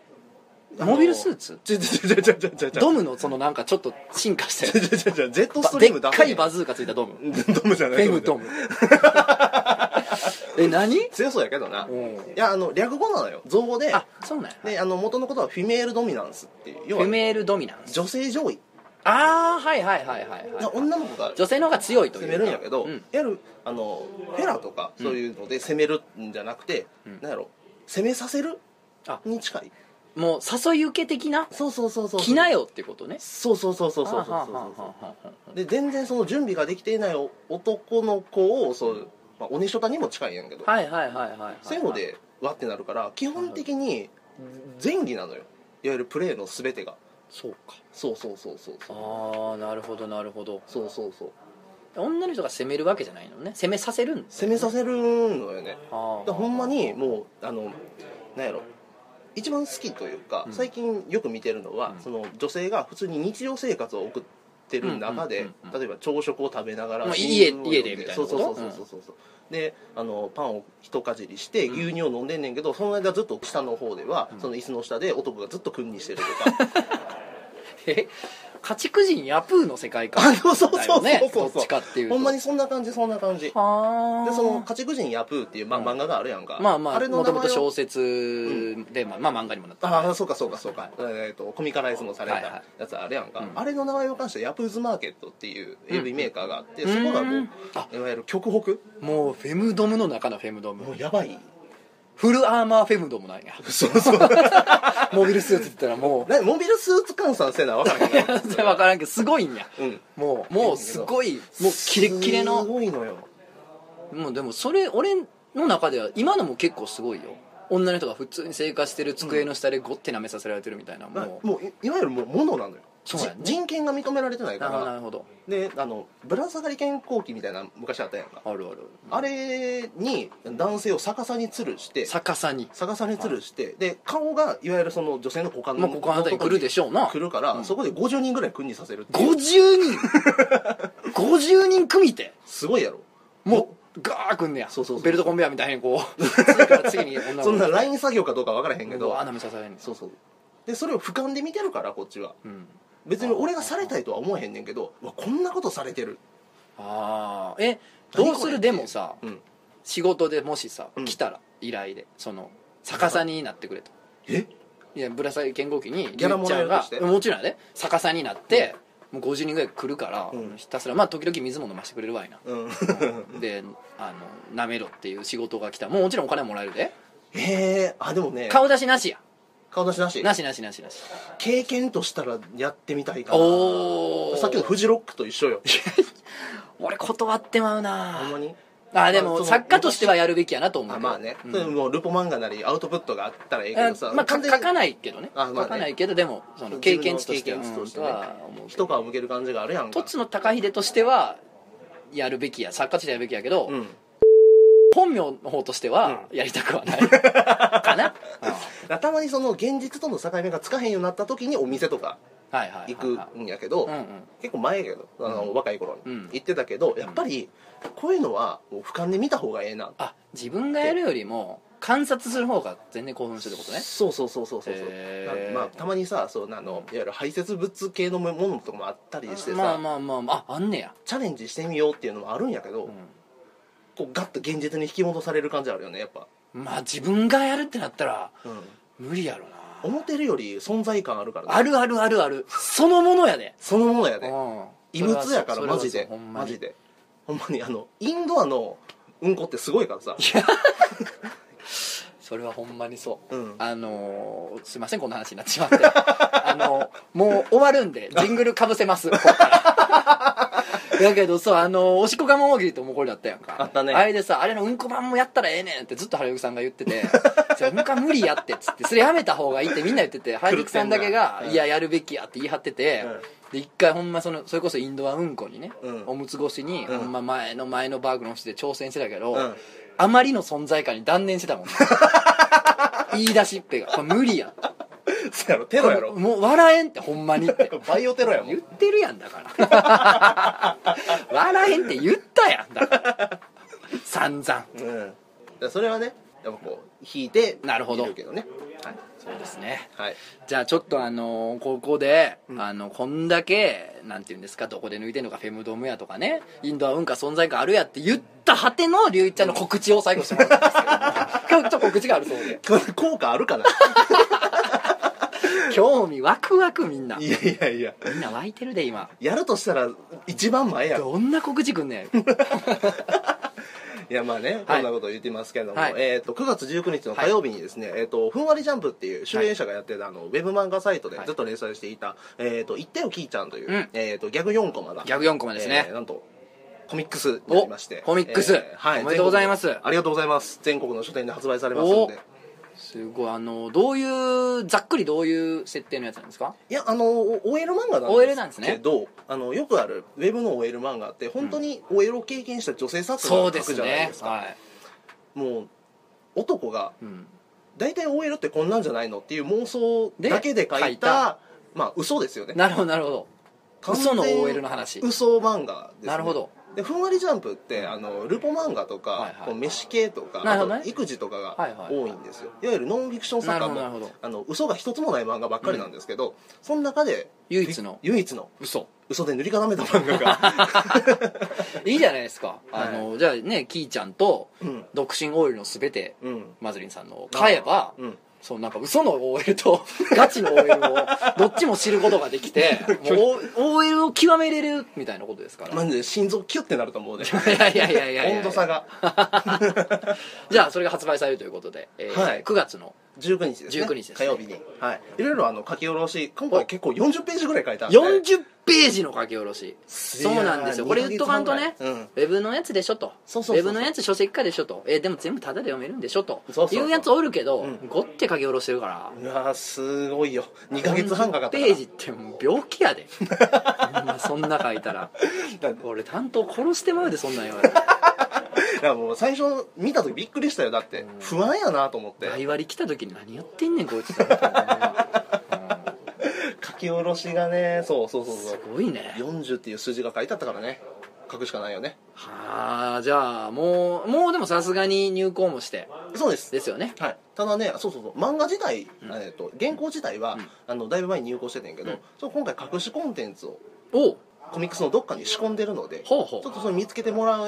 [SPEAKER 2] モビルスーツ
[SPEAKER 1] ちょちょちょちょちょちょちょ
[SPEAKER 2] ドムのそのなんかちょっと進化したやつ
[SPEAKER 1] ちょちょちょジェットスト
[SPEAKER 2] で
[SPEAKER 1] リー
[SPEAKER 2] っ
[SPEAKER 1] ムだ
[SPEAKER 2] かいバズーカついたドムフ
[SPEAKER 1] ドムじゃない
[SPEAKER 2] ェムドム [laughs] え何
[SPEAKER 1] 強そうやけどな
[SPEAKER 2] う
[SPEAKER 1] い
[SPEAKER 2] ん
[SPEAKER 1] やあの略語なのよ造語で
[SPEAKER 2] あそうなんや
[SPEAKER 1] であの元のことはフィメールドミナンスっていう要
[SPEAKER 2] フ
[SPEAKER 1] は
[SPEAKER 2] ェメールドミナンス
[SPEAKER 1] 女性上位
[SPEAKER 2] ああはいはいはいはい、
[SPEAKER 1] な
[SPEAKER 2] はい、
[SPEAKER 1] 女の子が
[SPEAKER 2] 女性の方が強いという
[SPEAKER 1] 攻
[SPEAKER 2] か
[SPEAKER 1] めるんやけど、
[SPEAKER 2] う
[SPEAKER 1] いわゆるあのフェラとかそういうので攻めるんじゃなくて、
[SPEAKER 2] ん
[SPEAKER 1] なんやろ攻めさせる
[SPEAKER 2] あ
[SPEAKER 1] に近い
[SPEAKER 2] もう誘い受け的な
[SPEAKER 1] そうそうそうそう
[SPEAKER 2] 着なよってことね
[SPEAKER 1] そうそうそうそうそうそう
[SPEAKER 2] は
[SPEAKER 1] そう
[SPEAKER 2] あはあはあはあはあ
[SPEAKER 1] で全然その準備ができていない男の子をそう、まあ、おねしょたにも近いんやけど、
[SPEAKER 2] はいはいはいはいはい
[SPEAKER 1] そういうのでわってなるから基本的に前儀なのよいわゆるプレーの全てが
[SPEAKER 2] そうか
[SPEAKER 1] そうそうそうそうそう
[SPEAKER 2] ああなるほどなるほど
[SPEAKER 1] そうそうそう
[SPEAKER 2] 女の人が責めるわけじゃないのね責めさせるんです
[SPEAKER 1] 攻めさせるのよね
[SPEAKER 2] あ
[SPEAKER 1] だからほんまにもうあのなんやろ一番好きというか、
[SPEAKER 2] うん
[SPEAKER 1] 最近よく見てるのは、
[SPEAKER 2] うん
[SPEAKER 1] その女性が普通に日常生活を送ってる中で、
[SPEAKER 2] うんうんうんうん
[SPEAKER 1] 例えば朝食を食べながら、
[SPEAKER 2] まあ
[SPEAKER 1] 新聞を読ん
[SPEAKER 2] 家家でみたいな
[SPEAKER 1] そ
[SPEAKER 2] こ
[SPEAKER 1] う
[SPEAKER 2] と
[SPEAKER 1] そうそうそうそうそうであのパンを一かじりして牛乳を飲んでんねんけど、その間ずっと下の方では、その椅子の下で男がずっと君にしてると
[SPEAKER 2] [laughs]
[SPEAKER 1] か
[SPEAKER 2] え家畜人ヤプーの世界
[SPEAKER 1] あ
[SPEAKER 2] 観
[SPEAKER 1] そうそうそう
[SPEAKER 2] だ
[SPEAKER 1] そ
[SPEAKER 2] よ
[SPEAKER 1] う
[SPEAKER 2] ね
[SPEAKER 1] そう
[SPEAKER 2] ど
[SPEAKER 1] そう
[SPEAKER 2] っちかっていうと
[SPEAKER 1] ほんまにそんな感じそんな感じ
[SPEAKER 2] はあ
[SPEAKER 1] でその「家畜人ヤプー」っていう、まあ、漫画があるやんか、
[SPEAKER 2] まあまあ
[SPEAKER 1] あれの
[SPEAKER 2] も
[SPEAKER 1] 名
[SPEAKER 2] ともと
[SPEAKER 1] 前を
[SPEAKER 2] 小説で、まあ、まあ漫画にもなった
[SPEAKER 1] ああそうかそうかそうか、えー、とコミカライズもされ
[SPEAKER 2] はいは
[SPEAKER 1] たやつあれやんか、
[SPEAKER 2] うん
[SPEAKER 1] あれの名前を関してヤプーズマーケットっていう AV メーカーがあって、
[SPEAKER 2] うん
[SPEAKER 1] そこがも
[SPEAKER 2] う
[SPEAKER 1] うん
[SPEAKER 2] あ
[SPEAKER 1] いわゆる極北
[SPEAKER 2] もうフェムドムの中のフェムド
[SPEAKER 1] も
[SPEAKER 2] ム
[SPEAKER 1] うやばい
[SPEAKER 2] フルアーマーフェムドムなんや
[SPEAKER 1] [laughs] そうそう
[SPEAKER 2] モビルスーツって言ったらも
[SPEAKER 1] なモビルスーツ換算せな分から
[SPEAKER 2] [laughs]
[SPEAKER 1] へん
[SPEAKER 2] う全然分からんけどすごいんや
[SPEAKER 1] うん
[SPEAKER 2] もうもうすごいもうキレッキレ
[SPEAKER 1] す
[SPEAKER 2] の
[SPEAKER 1] ごいのよ
[SPEAKER 2] もうでもそれ俺の中では今のも結構すごいよ女の人が普通に生活してる机の下でゴッて舐めさせられてるみたいな、
[SPEAKER 1] な
[SPEAKER 2] もう
[SPEAKER 1] もういいわゆるもうものなのよ
[SPEAKER 2] そうやね
[SPEAKER 1] じ人権が認められてないか
[SPEAKER 2] なるほどな
[SPEAKER 1] ら
[SPEAKER 2] るほど
[SPEAKER 1] であのぶら下がり健康期みたいなの昔あったやんか
[SPEAKER 2] あるある
[SPEAKER 1] あれに男性を逆さに吊るして
[SPEAKER 2] 逆さに
[SPEAKER 1] 逆さに吊るしてで顔がいわゆるその女性の股間
[SPEAKER 2] まあここあなたに来るでしょうな
[SPEAKER 1] 来るから、
[SPEAKER 2] うん
[SPEAKER 1] そこで50人ぐらい組にさせるっていう
[SPEAKER 2] 50人
[SPEAKER 1] [laughs]
[SPEAKER 2] 50人組手
[SPEAKER 1] すごいやろ
[SPEAKER 2] もうガーくんねや
[SPEAKER 1] そうそうそう
[SPEAKER 2] ベルトコンベヤーみたいに
[SPEAKER 1] [laughs]
[SPEAKER 2] こう次から次に女の子
[SPEAKER 1] そんなライン作業かどうか分からへんけ
[SPEAKER 2] う
[SPEAKER 1] ど
[SPEAKER 2] わー舐めさせられるんです
[SPEAKER 1] そうそうでそれを俯瞰で見てるからこっちは
[SPEAKER 2] うん
[SPEAKER 1] 別に俺がされたいとは思えへんねんけどうわこんなことされてる
[SPEAKER 2] ああえどうするでもさ
[SPEAKER 1] うん
[SPEAKER 2] 仕事でもしさ
[SPEAKER 1] うん
[SPEAKER 2] 来たら依頼でその逆さになってくれと
[SPEAKER 1] え
[SPEAKER 2] いやぶら下げ健康期に
[SPEAKER 1] ギャラ
[SPEAKER 2] ゆ
[SPEAKER 1] も
[SPEAKER 2] っち
[SPEAKER 1] らえ
[SPEAKER 2] ゃ
[SPEAKER 1] る
[SPEAKER 2] ん
[SPEAKER 1] と
[SPEAKER 2] が
[SPEAKER 1] して
[SPEAKER 2] もちろんやで逆さになってもう50人ぐらい来るから
[SPEAKER 1] うん
[SPEAKER 2] ひたすらまあ時々水も飲ませてくれるわいな
[SPEAKER 1] うん [laughs]
[SPEAKER 2] であの舐めろっていう仕事が来たもうもちろんお金もらえるで
[SPEAKER 1] へえあでもね
[SPEAKER 2] 顔出しなしや
[SPEAKER 1] 顔出しなし
[SPEAKER 2] なしなしなしなし
[SPEAKER 1] 経験としたらやってみたいかな
[SPEAKER 2] おお
[SPEAKER 1] さっきのフジロックと一緒よ
[SPEAKER 2] 俺断ってまうな
[SPEAKER 1] ほんまに
[SPEAKER 2] あで
[SPEAKER 1] まあそ
[SPEAKER 2] も
[SPEAKER 1] の
[SPEAKER 2] 作家としてはやるべきやなと思う
[SPEAKER 1] あ
[SPEAKER 2] けど
[SPEAKER 1] まあね、
[SPEAKER 2] うん
[SPEAKER 1] それもうルポ漫画なりアウトプットがあったらええけどさ、
[SPEAKER 2] まあ、書
[SPEAKER 1] 完全
[SPEAKER 2] 書
[SPEAKER 1] に
[SPEAKER 2] かないけどね
[SPEAKER 1] あまあね
[SPEAKER 2] 書かないけどでもその経験値としては
[SPEAKER 1] 自分の経験値として
[SPEAKER 2] う
[SPEAKER 1] ね
[SPEAKER 2] んとは思うけ
[SPEAKER 1] 一
[SPEAKER 2] ど
[SPEAKER 1] 皮むける感じがあるやん
[SPEAKER 2] と
[SPEAKER 1] か
[SPEAKER 2] っつの高秀としてはやるべきや作家としてはやるべきやけど、
[SPEAKER 1] うん
[SPEAKER 2] 本名の方としてはやりたくは
[SPEAKER 1] [laughs]
[SPEAKER 2] ない、かな、
[SPEAKER 1] たまにその現実との境目がつかへんようになった時にお店とか
[SPEAKER 2] うんはいはいはいはい
[SPEAKER 1] 行くんやけど、
[SPEAKER 2] うんうん
[SPEAKER 1] 結構前やけどあの、
[SPEAKER 2] うん
[SPEAKER 1] 若い頃に、
[SPEAKER 2] うん
[SPEAKER 1] 行ってたけどやっぱりこういうのはもう俯瞰で見た方がええな
[SPEAKER 2] あ自分がやるよりも観察する方が全然興奮するってことね
[SPEAKER 1] そうそうそうそうそうそう、
[SPEAKER 2] へー
[SPEAKER 1] なんでまあたまにさそうあのいわゆる排泄物系のものとかもあったりしてさ、
[SPEAKER 2] まあまあまあまあああんねや、
[SPEAKER 1] チャレンジしてみようっていうのもあるんやけど、
[SPEAKER 2] う
[SPEAKER 1] こうガッと現実に引き戻される感じあるよねやっぱ、
[SPEAKER 2] ん、まあ自分がやるってなったら
[SPEAKER 1] うん、
[SPEAKER 2] 無理やろな
[SPEAKER 1] 思ってるより存在感あるからね
[SPEAKER 2] あるあるあるあるそのものやで、
[SPEAKER 1] そのものや
[SPEAKER 2] う
[SPEAKER 1] で
[SPEAKER 2] ん
[SPEAKER 1] 異物やか
[SPEAKER 2] そ
[SPEAKER 1] ら
[SPEAKER 2] れは
[SPEAKER 1] マ
[SPEAKER 2] そう
[SPEAKER 1] ジ
[SPEAKER 2] それは
[SPEAKER 1] で
[SPEAKER 2] そうほんま
[SPEAKER 1] マ
[SPEAKER 2] に
[SPEAKER 1] ジでほんまにあのインドアのうんこってすごいからさ
[SPEAKER 2] それはほんまにそう、
[SPEAKER 1] うん
[SPEAKER 2] あのーすいませんこんな話になってしまってあのーもう終わるんでジングルかぶせますここからだけどそうあのーおしっこ我慢大喜利ってもうこれだったやんか
[SPEAKER 1] あったね
[SPEAKER 2] あれでさあれのうんこ版もやったらええねんってずっと原由さんが言っ
[SPEAKER 1] [laughs]
[SPEAKER 2] ててそれうんこは無理やってっつってそれやめた方がいいってみんな言ってて原由さんだけが、
[SPEAKER 1] うん
[SPEAKER 2] いややるべきやって言い張ってて、
[SPEAKER 1] うん
[SPEAKER 2] で一回ほんまそのそれこそインドはうんこにね、
[SPEAKER 1] うん
[SPEAKER 2] おむつ越しに、
[SPEAKER 1] うん
[SPEAKER 2] ほんま前の前のバーグの人で挑戦してたけど、
[SPEAKER 1] うん
[SPEAKER 2] あまりの存在感に断念し
[SPEAKER 1] [laughs]
[SPEAKER 2] てたもんね言い出しっぺがこれ無理や
[SPEAKER 1] そうやろテロや
[SPEAKER 2] こ
[SPEAKER 1] ろ
[SPEAKER 2] れもう笑えんってほんまにって
[SPEAKER 1] バイオテロやも
[SPEAKER 2] 言
[SPEAKER 1] ん
[SPEAKER 2] ってるやんだから
[SPEAKER 1] [laughs]
[SPEAKER 2] 笑えんって言ったやんだから散々
[SPEAKER 1] うんだからそれはねやっぱこう引いて
[SPEAKER 2] なるほど
[SPEAKER 1] 見けどねはい
[SPEAKER 2] そうですね
[SPEAKER 1] はい [laughs]
[SPEAKER 2] じゃあちょっとあのーここで、あのこんだけなんていうんですかどこで抜いてんのかフェムドームやとかねインドは文化存在感あるやって言った果ての隆一ちゃんの告知を最後してもらったん
[SPEAKER 1] [laughs]
[SPEAKER 2] ですけども今日ちょっと告知があるそうで
[SPEAKER 1] これ効果あるかな
[SPEAKER 2] 興味ワクワクみんない
[SPEAKER 1] やいやいや
[SPEAKER 2] みんな湧いてるで今
[SPEAKER 1] やるとしたら一番前やろ
[SPEAKER 2] どんな告知くんねん
[SPEAKER 1] いやまあね、
[SPEAKER 2] はい
[SPEAKER 1] こんなことを言ってますけども、
[SPEAKER 2] はい
[SPEAKER 1] えっ、と9月19日の火曜日にですね、えっ、とふんわりジャンプっていう主演者がやってるあのウェブ漫画サイトで
[SPEAKER 2] はい
[SPEAKER 1] ずっと連載していた、えっ、と一定をキーちゃんという、
[SPEAKER 2] うん
[SPEAKER 1] えっ、とギャグ4コマが
[SPEAKER 2] ギャグ4コマですね
[SPEAKER 1] えーなんとコミックスになりまして
[SPEAKER 2] おコミックス
[SPEAKER 1] はい
[SPEAKER 2] おめでとうございます
[SPEAKER 1] 全国のありがとうございます全国の書店で発売されますんです
[SPEAKER 2] ごいあのどういうざっくりどういう設定のやつなんですか
[SPEAKER 1] いやあのお OL 漫画
[SPEAKER 2] OL
[SPEAKER 1] な
[SPEAKER 2] なん
[SPEAKER 1] ん
[SPEAKER 2] で
[SPEAKER 1] ですす
[SPEAKER 2] ね
[SPEAKER 1] けどあのよくあるウェブの OL 漫画って本当に OL を経験した女性作
[SPEAKER 2] そ
[SPEAKER 1] 家
[SPEAKER 2] う
[SPEAKER 1] が
[SPEAKER 2] で
[SPEAKER 1] 書く
[SPEAKER 2] す
[SPEAKER 1] じゃない
[SPEAKER 2] ね
[SPEAKER 1] ですか
[SPEAKER 2] はい、
[SPEAKER 1] もう男が
[SPEAKER 2] うん、
[SPEAKER 1] 大体 OL ってこんなんじゃないのっていう妄想だけで書いた
[SPEAKER 2] で書いた
[SPEAKER 1] まあ嘘ですよね
[SPEAKER 2] なるほどなるほど嘘の OL の話
[SPEAKER 1] 嘘漫画です、ね、
[SPEAKER 2] なるほど
[SPEAKER 1] でふんわりジャンプって、あのルポ漫画とか、
[SPEAKER 2] はいはい
[SPEAKER 1] こう飯系とか、
[SPEAKER 2] なる
[SPEAKER 1] あ
[SPEAKER 2] ほどね
[SPEAKER 1] と育児とか
[SPEAKER 2] はいは
[SPEAKER 1] が
[SPEAKER 2] い
[SPEAKER 1] 多いんですよ、いわゆるノンフィクション作家
[SPEAKER 2] なるほどな
[SPEAKER 1] も
[SPEAKER 2] るほ
[SPEAKER 1] あの嘘が一つもない漫画ばっかりなんですけど、その中で
[SPEAKER 2] 唯一の
[SPEAKER 1] 唯一の
[SPEAKER 2] 嘘
[SPEAKER 1] 嘘で塗り固めた漫画
[SPEAKER 2] [laughs]
[SPEAKER 1] が、
[SPEAKER 2] いいじゃないですか、あのじゃあねキーちゃんと
[SPEAKER 1] うん
[SPEAKER 2] 独身 OL のすべて
[SPEAKER 1] うん、
[SPEAKER 2] マズリンさんのを買えば、
[SPEAKER 1] うん
[SPEAKER 2] そうなんか嘘の OL とガチの OL をどっちも知ることができてもう O- OL を極めれるみたいなことですから、
[SPEAKER 1] マジで心臓キュッてなると思うで
[SPEAKER 2] いやいやいやいやいや
[SPEAKER 1] 温度差が
[SPEAKER 2] じゃあそれが発売されるということで、えー
[SPEAKER 1] はい
[SPEAKER 2] 9月の
[SPEAKER 1] 19日ですね
[SPEAKER 2] 19日ですね
[SPEAKER 1] 火曜日にはいいろいろあの書き下ろし今回結構40ページぐらい書いたんで
[SPEAKER 2] 40ページの書き下ろしそうなんですよこれ言っとかんとね、
[SPEAKER 1] うん
[SPEAKER 2] ウェブのやつでしょと
[SPEAKER 1] そうそうそうそう
[SPEAKER 2] ウェブのやつ書籍化でしょとえーでも全部タダで読めるんでしょと
[SPEAKER 1] そうそうそう
[SPEAKER 2] いうやつおるけど、
[SPEAKER 1] ん
[SPEAKER 2] ごって書き下ろしてるから
[SPEAKER 1] うわーすごいよ2ヶ月半かかった
[SPEAKER 2] 40
[SPEAKER 1] から
[SPEAKER 2] ページってもう病気や
[SPEAKER 1] [laughs]
[SPEAKER 2] でほんまそんな書いたら
[SPEAKER 1] だか
[SPEAKER 2] 俺担当殺してまうでそんなん言われたら
[SPEAKER 1] らもう最初見た時びっくりしたよだって不安やなと思って
[SPEAKER 2] 倍割り来た時に何やってんねんこいつと思ったもんなうん
[SPEAKER 1] 書き下ろしがねそうそうそうそう
[SPEAKER 2] すごいね
[SPEAKER 1] 40っていう数字が書いてあったからね書くしかないよね
[SPEAKER 2] はあじゃあもうもうでもさすがに入稿もして
[SPEAKER 1] そうです
[SPEAKER 2] ですよね
[SPEAKER 1] はい、ただねそうそうそう漫画自体、えっと原稿自体は、あのだいぶ前に入稿してたんやけど、そう今回隠しコンテンツを
[SPEAKER 2] おう
[SPEAKER 1] コミックスのどっかに仕込んでるので
[SPEAKER 2] ほうほう
[SPEAKER 1] ちょっとそれ見つけてもら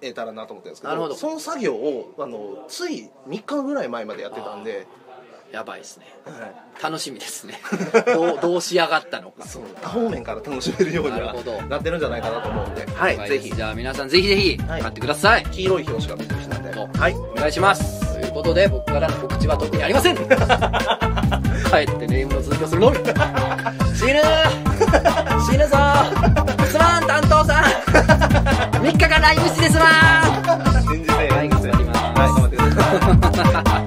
[SPEAKER 1] えたらなと思ってるんですけど
[SPEAKER 2] なるほど
[SPEAKER 1] その作業をあのつい3日ぐらい前までやってたんで、
[SPEAKER 2] やばいですね
[SPEAKER 1] はい、
[SPEAKER 2] 楽しみですね [laughs] どうどう仕上がったのか
[SPEAKER 1] そう多方面から楽しめるように
[SPEAKER 2] なる
[SPEAKER 1] は
[SPEAKER 2] ほど
[SPEAKER 1] なってるんじゃないかなと思うんで、はい、ぜひ
[SPEAKER 2] じゃあ皆さんぜひぜひ
[SPEAKER 1] はい
[SPEAKER 2] 買ってください、
[SPEAKER 1] 黄色い表紙が出てきたんで、
[SPEAKER 2] お
[SPEAKER 1] はい、
[SPEAKER 2] お願いしますということで僕からの告知は特にありま
[SPEAKER 1] [laughs]
[SPEAKER 2] せん帰ってネームの続きをするのみ死ぬ死ぬぞすまん担
[SPEAKER 1] [laughs]
[SPEAKER 2] 当さん3日間ライブしてすまん
[SPEAKER 1] 信じて
[SPEAKER 2] はい頑張ります
[SPEAKER 1] はい頑張ってください
[SPEAKER 2] Ha ha ha.